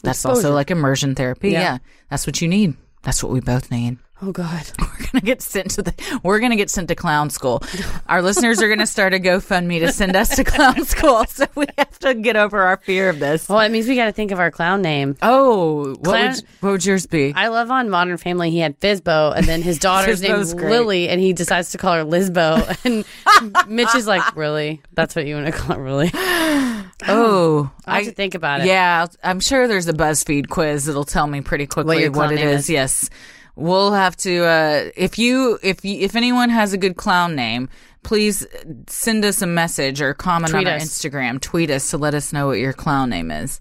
That's also
Exposure.
like immersion therapy.
Yeah.
yeah. That's what you need. That's what we both need
Oh God.
we're gonna get sent to the we're gonna get sent to clown school. Our listeners are gonna start a GoFundMe to send us to clown school, so we have to get over our fear of this.
Well, it means we got to think of our clown name.
Oh, what,
Clown-
would, what would yours be?
I love on Modern Family. He had Fizbo, and then his daughter's named
Fizbo's great.
Lily, and he decides to call her Lizbo. And Mitch is like, "Really? That's what you want to call her? Really?"
oh,
I have to think about it.
Yeah, I'm sure there's a BuzzFeed quiz that'll tell me pretty quickly
your
what,
clown
it
name
is.
is.
Yes, we'll have to. Uh, if you, if you, if anyone has a good clown name, please send us a message or comment
Tweet
on our
us.
Instagram, tweet us to let us know what your clown name is.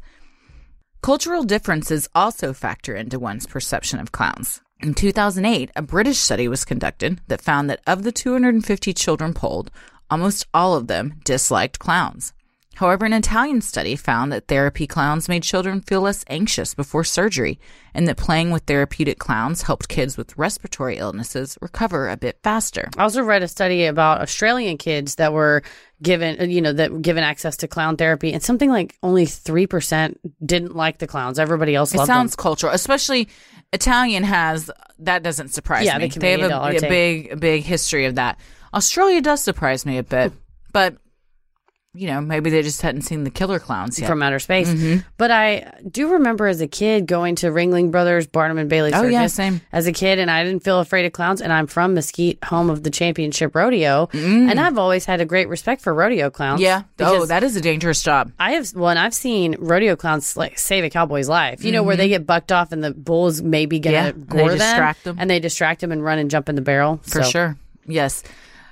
Cultural differences also factor into one's perception of clowns. In 2008, a British study was conducted that found that of the 250 children polled, almost all of them disliked clowns. However, an Italian study found that therapy clowns made children feel less anxious before surgery, and that playing with therapeutic clowns helped kids with respiratory illnesses recover a bit faster.
I also read a study about Australian kids that were given, you know, that were given access to clown therapy, and something like only three percent didn't like the clowns. Everybody else
It
loved
sounds
them.
cultural, especially Italian has that doesn't surprise
Yeah,
me.
the
they have
Canadian dollar
a, a
take.
big, a big history of that. Australia does surprise me a bit, but you know, maybe they just hadn't seen the killer clowns yet.
From outer space,
Mm-hmm.
but I do remember as a kid going to Ringling Brothers, Barnum and Bailey.
Oh,
Circus
yeah, same.
As a kid, and I didn't feel afraid of clowns. And I'm from Mesquite, home of the championship rodeo, and I've always had a great respect for rodeo clowns.
Mm. yeah. Oh,
because
that is a dangerous job.
I have well, and I've seen rodeo clowns like save a cowboy's life. You know where they get bucked off, and the bull is maybe gonna
Mm-hmm. Yeah, and they
gore them,
distract them.
and they distract them and run and jump in the barrel.
For
So,
sure. Yes.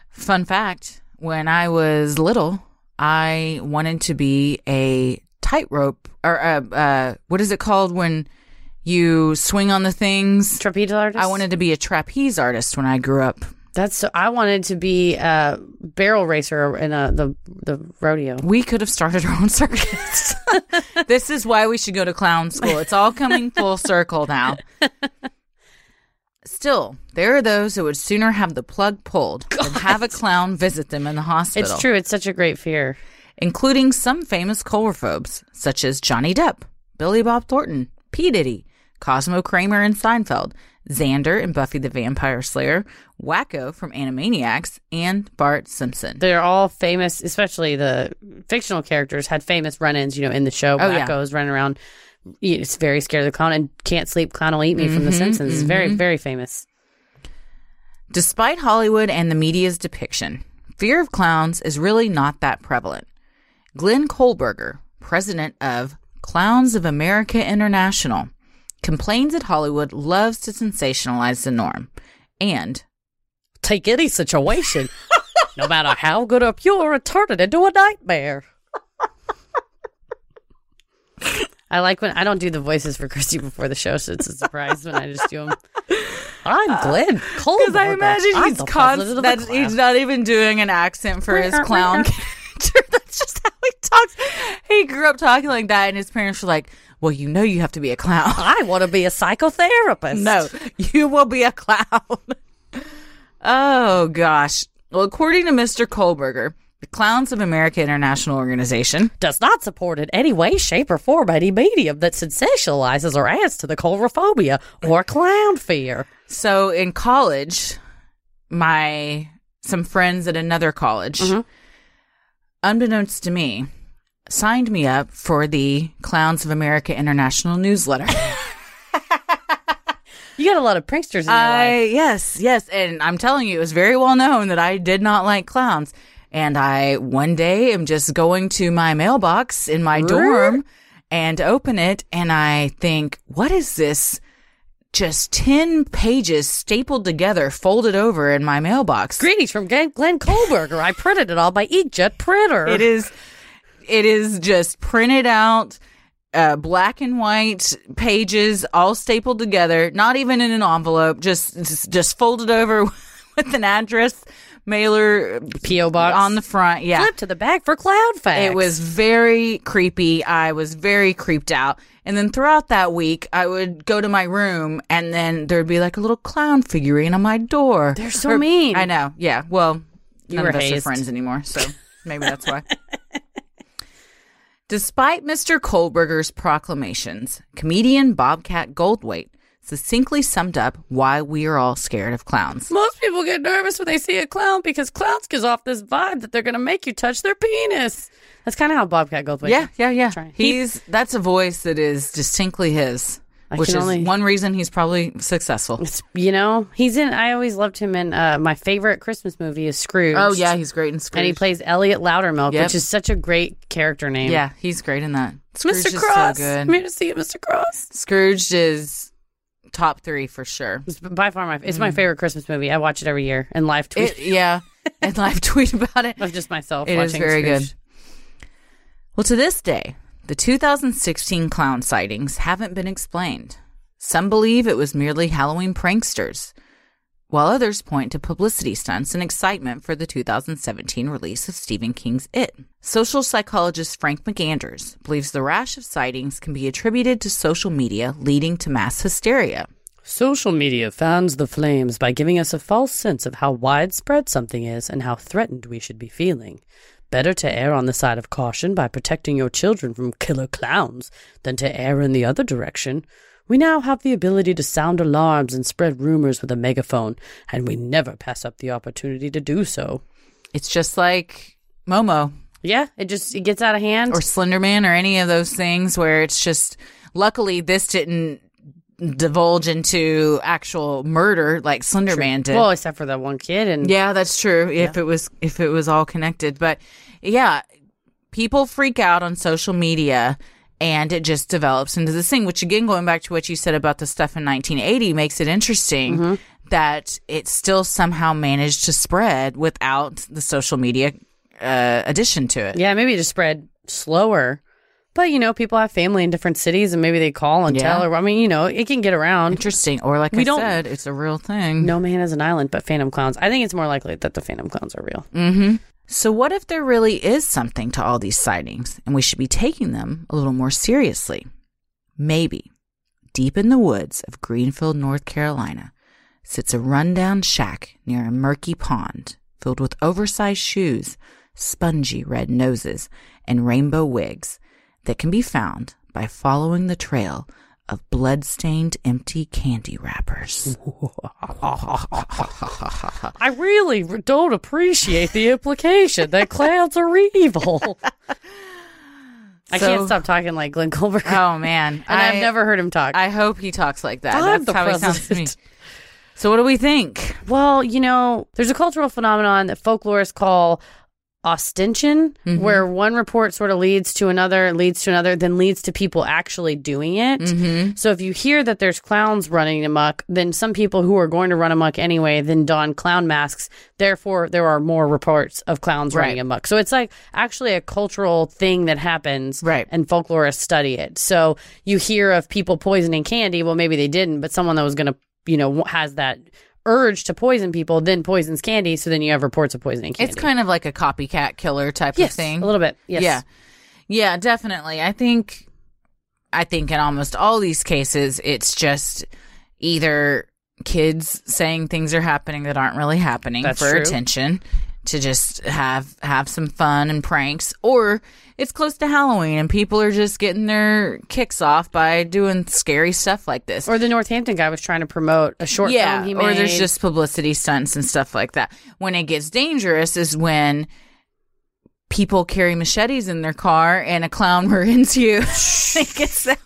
Fun fact when I was little, I wanted to be a tightrope or a, uh, what is it called when you swing on the things?
Trapeze artist.
I wanted to be a trapeze artist when I grew up.
That's so. I wanted to be a barrel racer in a, the the rodeo.
We could have started our own circus. this is why we should go to clown school. It's all coming full circle now. Still, there are those who would sooner have the plug pulled than have a clown visit them in the hospital.
It's true. It's such a great fear.
including some famous choreophobes, such as Johnny Depp, Billy Bob Thornton, P. Diddy, Cosmo Kramer and Seinfeld, Xander and Buffy the Vampire Slayer, Wacko from Animaniacs, and Bart Simpson.
They're all famous, especially the fictional characters had famous run-ins. You know, in the show,
Oh, yeah.
Wacko's running around. It's very scared of the clown and can't sleep. Clown will eat me
Mm-hmm,
from The Simpsons. It's very very famous.
Despite Hollywood and the media's depiction, fear of clowns is really not that prevalent. Glenn Kohlberger, president of Clowns of America International, complains that Hollywood loves to sensationalize the norm and
take any situation, no matter how good up you're, and turn it into a nightmare. I like when I don't do the voices for Christy before the show, so it's a surprise when I just do them. I'm Glenn Cole.
Uh, Because I imagine he's constant. That he's not even doing an accent for his clown character. That's just how he talks. He grew up talking like that, and his parents were like, "Well, you know, you have to be a clown.
I want to be a psychotherapist.
no, you will be a clown." oh gosh, Well, according to Mr. Kohlberger, the Clowns of America International Organization,
Does not support in any way, shape, or form any medium that sensationalizes or adds to the chlorophobia or clown fear.
so in college, my some friends at another college, unbeknownst to me, signed me up for the Clowns of America International newsletter.
You got a lot of pranksters in your life.
I yes, yes, and I'm telling you, it was very well known that I did not like clowns. And I one day am just going to my mailbox in my dorm and open it, and I think, what is this? Just ten pages stapled together, folded over in my mailbox.
Greetings from Glenn Glenn Kohlberger. I printed it all by inkjet printer.
It is, it is just printed out, uh, black and white pages, all stapled together, not even in an envelope, just just, just folded over with an address, mailer
P.O. box
on the front. Yeah,
flip to the back for clown facts.
it was very creepy. I was very creeped out. And then throughout that week, I would go to my room, and then there'd be like a little clown figurine on my door.
They're so mean.
I know. Yeah. Well, none
were
of us are
hazed.
friends anymore, so maybe that's why. Despite Mr. Kohlberger's proclamations, comedian Bobcat Goldthwait succinctly summed up why we are all scared of clowns.
Most people get nervous when they see a clown because clowns gives off this vibe that they're going to make you touch their penis. That's kind of how Bobcat Goldthwait.
Yeah, yeah, yeah.
right.
He's that's a voice that is distinctly his,
I
which is
can only-
one reason he's probably successful.
It's- you know, he's in. I always loved him in uh, my favorite Christmas movie is Scrooge.
Oh yeah, he's great in Scrooge.
and he plays Elliot Loudermilk,
Yep.
which is such a great character name.
yeah, he's great in that. Scrooge
Mr.
is
Cross.
so
I'm
good.
here to see you, Mr. Cross.
Scrooge is top three for sure.
It's by far my. It's my favorite Christmas movie. I watch it every year and live tweet
Mm. It, yeah, and live tweet about it.
of just myself.
It is
watching
very
Scrooge.
good. Well, to this day, the 2016 clown sightings haven't been explained. Some believe it was merely Halloween pranksters, while others point to publicity stunts and excitement for the 2017 release of Stephen King's It. Social psychologist Frank McAndrews believes the rash of sightings can be attributed to social media leading to mass hysteria.
Social media fans the flames by giving us a false sense of how widespread something is and how threatened we should be feeling. Better to err on the side of caution by protecting your children from killer clowns than to err in the other direction. We now have the ability to sound alarms and spread rumors with a megaphone, and we never pass up the opportunity to do so.
It's just like Momo
Yeah, it just it gets out of hand.
or Slenderman or any of those things where it's just luckily this didn't divulge into actual murder like Slenderman did.
well, except for that one kid and
yeah, that's true. If it was if it was all connected, but yeah, people freak out on social media and it just develops into this thing which again going back to what you said about the stuff in 1980 makes it interesting that it still somehow managed to spread without the social media uh, addition to it.
Yeah, maybe it just spread slower. But you know, people have family in different cities, and maybe they call and
Yeah.
tell. Or I mean, you know, it can get around.
Interesting. Or like
We
I
don't-
said, it's a real thing.
No man is an island, but phantom clowns. I think it's more likely that the phantom clowns are real.
Mm-hmm. So what if there really is something to all these sightings and we should be taking them a little more seriously? Maybe. Deep in the woods of Greenfield, North Carolina, sits a rundown shack near a murky pond filled with oversized shoes, spongy red noses, and rainbow wigs that can be found by following the trail of blood-stained empty candy wrappers.
I really r- don't appreciate the implication that clowns are evil. I can't
So-
stop talking like Glenn Goldberg,
Oh man,
and Uh, I, have never heard him talk.
I hope he talks like that.
I'm
That's
the
how he sounds to me.
president.
So what do we think?
Well, you know, there's a cultural phenomenon that folklorists call ostension,
Mm-hmm.
where one report sort of leads to another, leads to another, then leads to people actually doing it.
Mm-hmm.
So if you hear that there's clowns running amok, then some people who are going to run amok anyway then don clown masks. Therefore, there are more reports of clowns running
Right.
amok. So it's like actually a cultural thing that happens,
Right.
And folklorists study it. So you hear of people poisoning candy. Well, maybe they didn't, but someone that was going to, you know, has that urge to poison people then poisons candy. So then you have reports of poisoning candy.
It's kind of like a copycat killer type
yes,
of thing.
a little bit. Yes.
Yeah. Yeah, definitely. I think I think in almost all these cases it's just either kids saying things are happening that aren't really happening
That's
for
true.
attention to just have have some fun and pranks or it's close to Halloween and people are just getting their kicks off by doing scary stuff like this.
Or the Northampton guy was trying to promote a short film he made.
Or there's just publicity stunts and stuff like that. When it gets dangerous is when people carry machetes in their car and a clown ruins you. it gets out,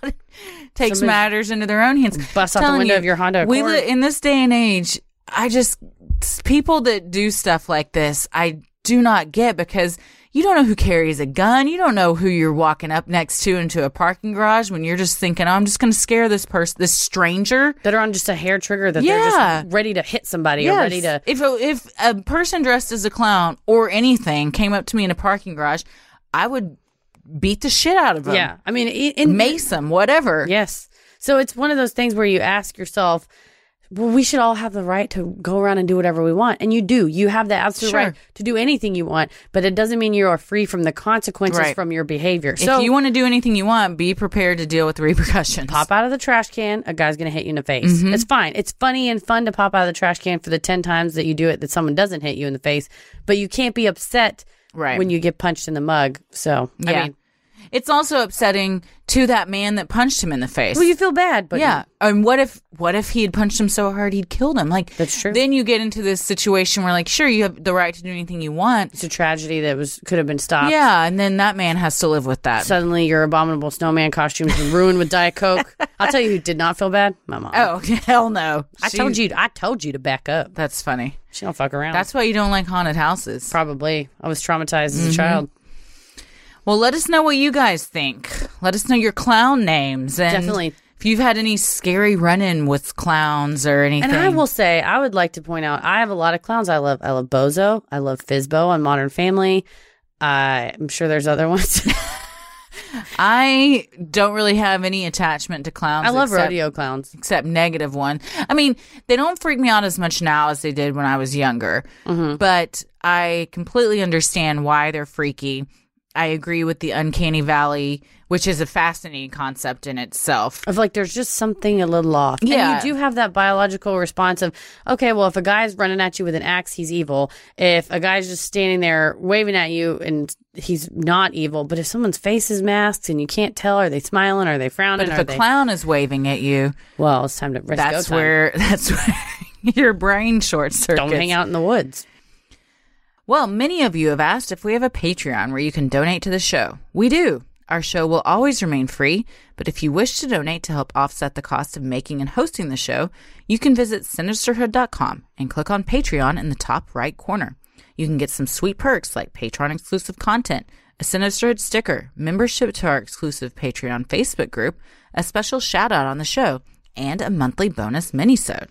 takes
Somebody
matters into their own hands.
bust out the
Telling
window of your Honda
We
Accord.
li- in this day and age. I just people that do stuff like this, I do not get because. You don't know who carries a gun. You don't know who you're walking up next to into a parking garage when you're just thinking, oh, I'm just going to scare this person, this stranger.
that are on just a hair trigger that they're
Yeah.
just ready to hit somebody or ready to.
If a, if a person dressed as a clown or anything came up to me in a parking garage, I would beat the shit out of them.
Yeah, I mean, i- in
mace them, whatever.
Yes. So it's one of those things where you ask yourself, well, we should all have the right to go around and do whatever we want. And you do. You have the absolute
Sure.
right to do anything you want, but it doesn't mean you are free from the consequences
Right.
from your behavior.
If
So
you want to do anything you want, be prepared to Mm-hmm. deal with the repercussions.
pop out of the trash can, a guy's going to hit you in the face. It's fine. It's funny and fun to pop out of the trash can for the 10 times that you do it that someone doesn't hit you in the face, but you can't be upset
Right.
when you get punched in the mug. So, I
Yeah.
mean,
it's also upsetting to that man that punched him in the face.
well, you feel bad, but
yeah. And what if what if he had punched him so hard he'd killed him? Like
That's true.
Then you get into this situation where like, sure, you have the right to do anything you want.
it's a tragedy that was could have been stopped.
Yeah, and then that man has to live with that.
Suddenly, your abominable snowman costume's been ruined with Diet Coke. I'll tell you who did not feel bad. My mom.
oh hell no!
I told you. I told you to back up.
That's funny.
She don't fuck around.
That's why you don't like haunted houses.
probably. I was traumatized as a child.
Well, let us know what you guys think. Let us know your clown names and
Definitely.
if you've had any scary run-in with clowns or anything.
And I will say, I would like to point out, I have a lot of clowns. I love, I love Bozo. I love Fizbo on Modern Family. I'm sure there's other ones.
I don't really have any attachment to clowns.
I love
except,
rodeo clowns.
except negative one. I mean, they don't freak me out as much now as they did when I was younger.
Mm-hmm.
But I completely understand why they're freaky. I agree with the uncanny valley, which is a fascinating concept in itself.
Of like, there's just something a little off.
Yeah.
And you do have that biological response of, okay, well, if a guy's running at you with an axe, he's evil. If a guy's just standing there waving at you and he's not evil, but if someone's face is masked and you can't tell, are they smiling? Are they frowning?
But if
are
a
they-
clown is waving at you,
well, it's time to risk
that's
go time.
where that's where your brain short circuits.
Don't hang out in the woods.
Well, many of you have asked if we have a Patreon where you can donate to the show. We do. Our show will always remain free, but if you wish to donate to help offset the cost of making and hosting the show, you can visit sinisterhood.com and click on Patreon in the top right corner. You can get some sweet perks like Patreon exclusive content, a Sinisterhood sticker, membership to our exclusive Patreon Facebook group, a special shout out on the show, and a monthly bonus minisode.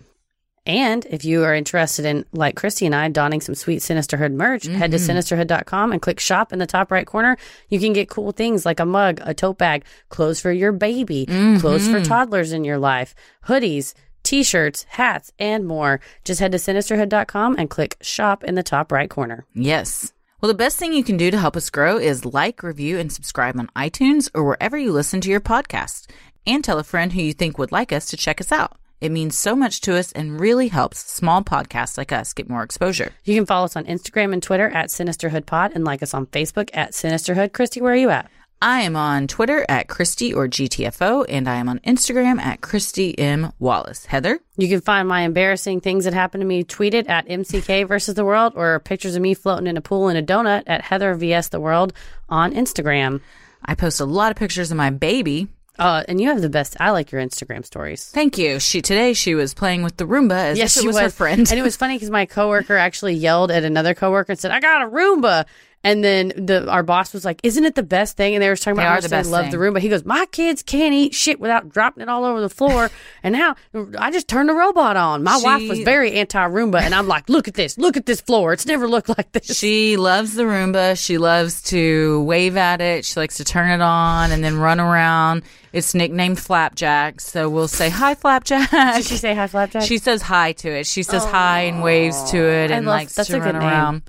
And if you are interested in, like Christy and I, donning some sweet Sinisterhood merch, head to sinisterhood.com and click shop in the top right corner. You can get cool things like a mug, a tote bag, clothes for your baby, clothes for toddlers in your life, hoodies, t shirts, hats, and more. Just head to sinisterhood.com and click shop in the top right corner.
Yes. Well, the best thing you can do to help us grow is like, review, and subscribe on iTunes or wherever you listen to your podcast. And tell a friend who you think would like us to check us out. It means so much to us and really helps small podcasts like us get more exposure.
You can follow us on Instagram and Twitter at sinisterhoodpod and like us on Facebook at sinisterhood. Christy, where are you at?
I am on Twitter at Christy or GTFO, and I am on Instagram at Christy M. Wallace. Heather?
You can find my embarrassing things that happened to me tweeted at MCK versus the world or pictures of me floating in a pool in a donut at Heather vs the world on Instagram.
I post a lot of pictures of my baby.
Uh, and you have the best. I like your Instagram stories.
Thank you. She today she was playing with the Roomba as if it was, her friend.
And it was funny because my coworker actually yelled at another coworker and said, "I got a Roomba." And then the our boss was like, "Isn't it the best thing?" And they were talking about
They
how
are
much
the
they
best
love the
thing.
Roomba. He goes, "My kids can't eat shit without dropping it all over the floor." and now I just turned the robot on. My wife was
She-
very anti Roomba, and I'm like, "Look at this! Look at this floor! It's never looked like this."
She loves the Roomba. She loves to wave at it. She likes to turn it on and then run around. It's nicknamed Flapjack. So we'll say, Hi, Flapjack.
Did she say hi, flapjack?
She says hi to it. She says hi and waves to it
I
and
love-
likes
that's a
to
good
run
name.
around.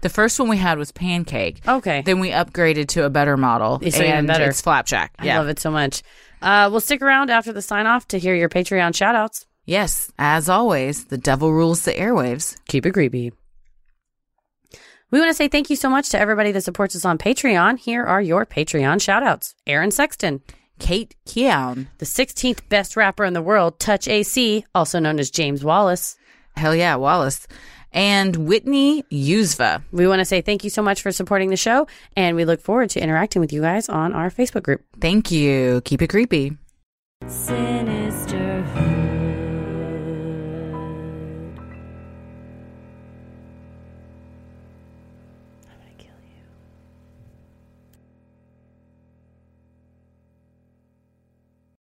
The first one we had was Pancake.
okay.
Then we upgraded to a better model.
It's even
and
better.
it's Flapjack.
I love it so much. Uh, we'll stick around after the sign off to hear your Patreon shout outs.
Yes, as always, the devil rules the airwaves.
Keep it creepy. We want to say thank you so much to everybody that supports us on Patreon. Here are your Patreon shout outs Aaron Sexton,
Kate Keown.
the 16th best rapper in the world, Touch AC, also known as James Wallace.
Hell yeah, Wallace. And Whitney Yuzva.
We want to say thank you so much for supporting the show, and we look forward to interacting with you guys on our Facebook group.
Thank you. Keep it creepy.
Say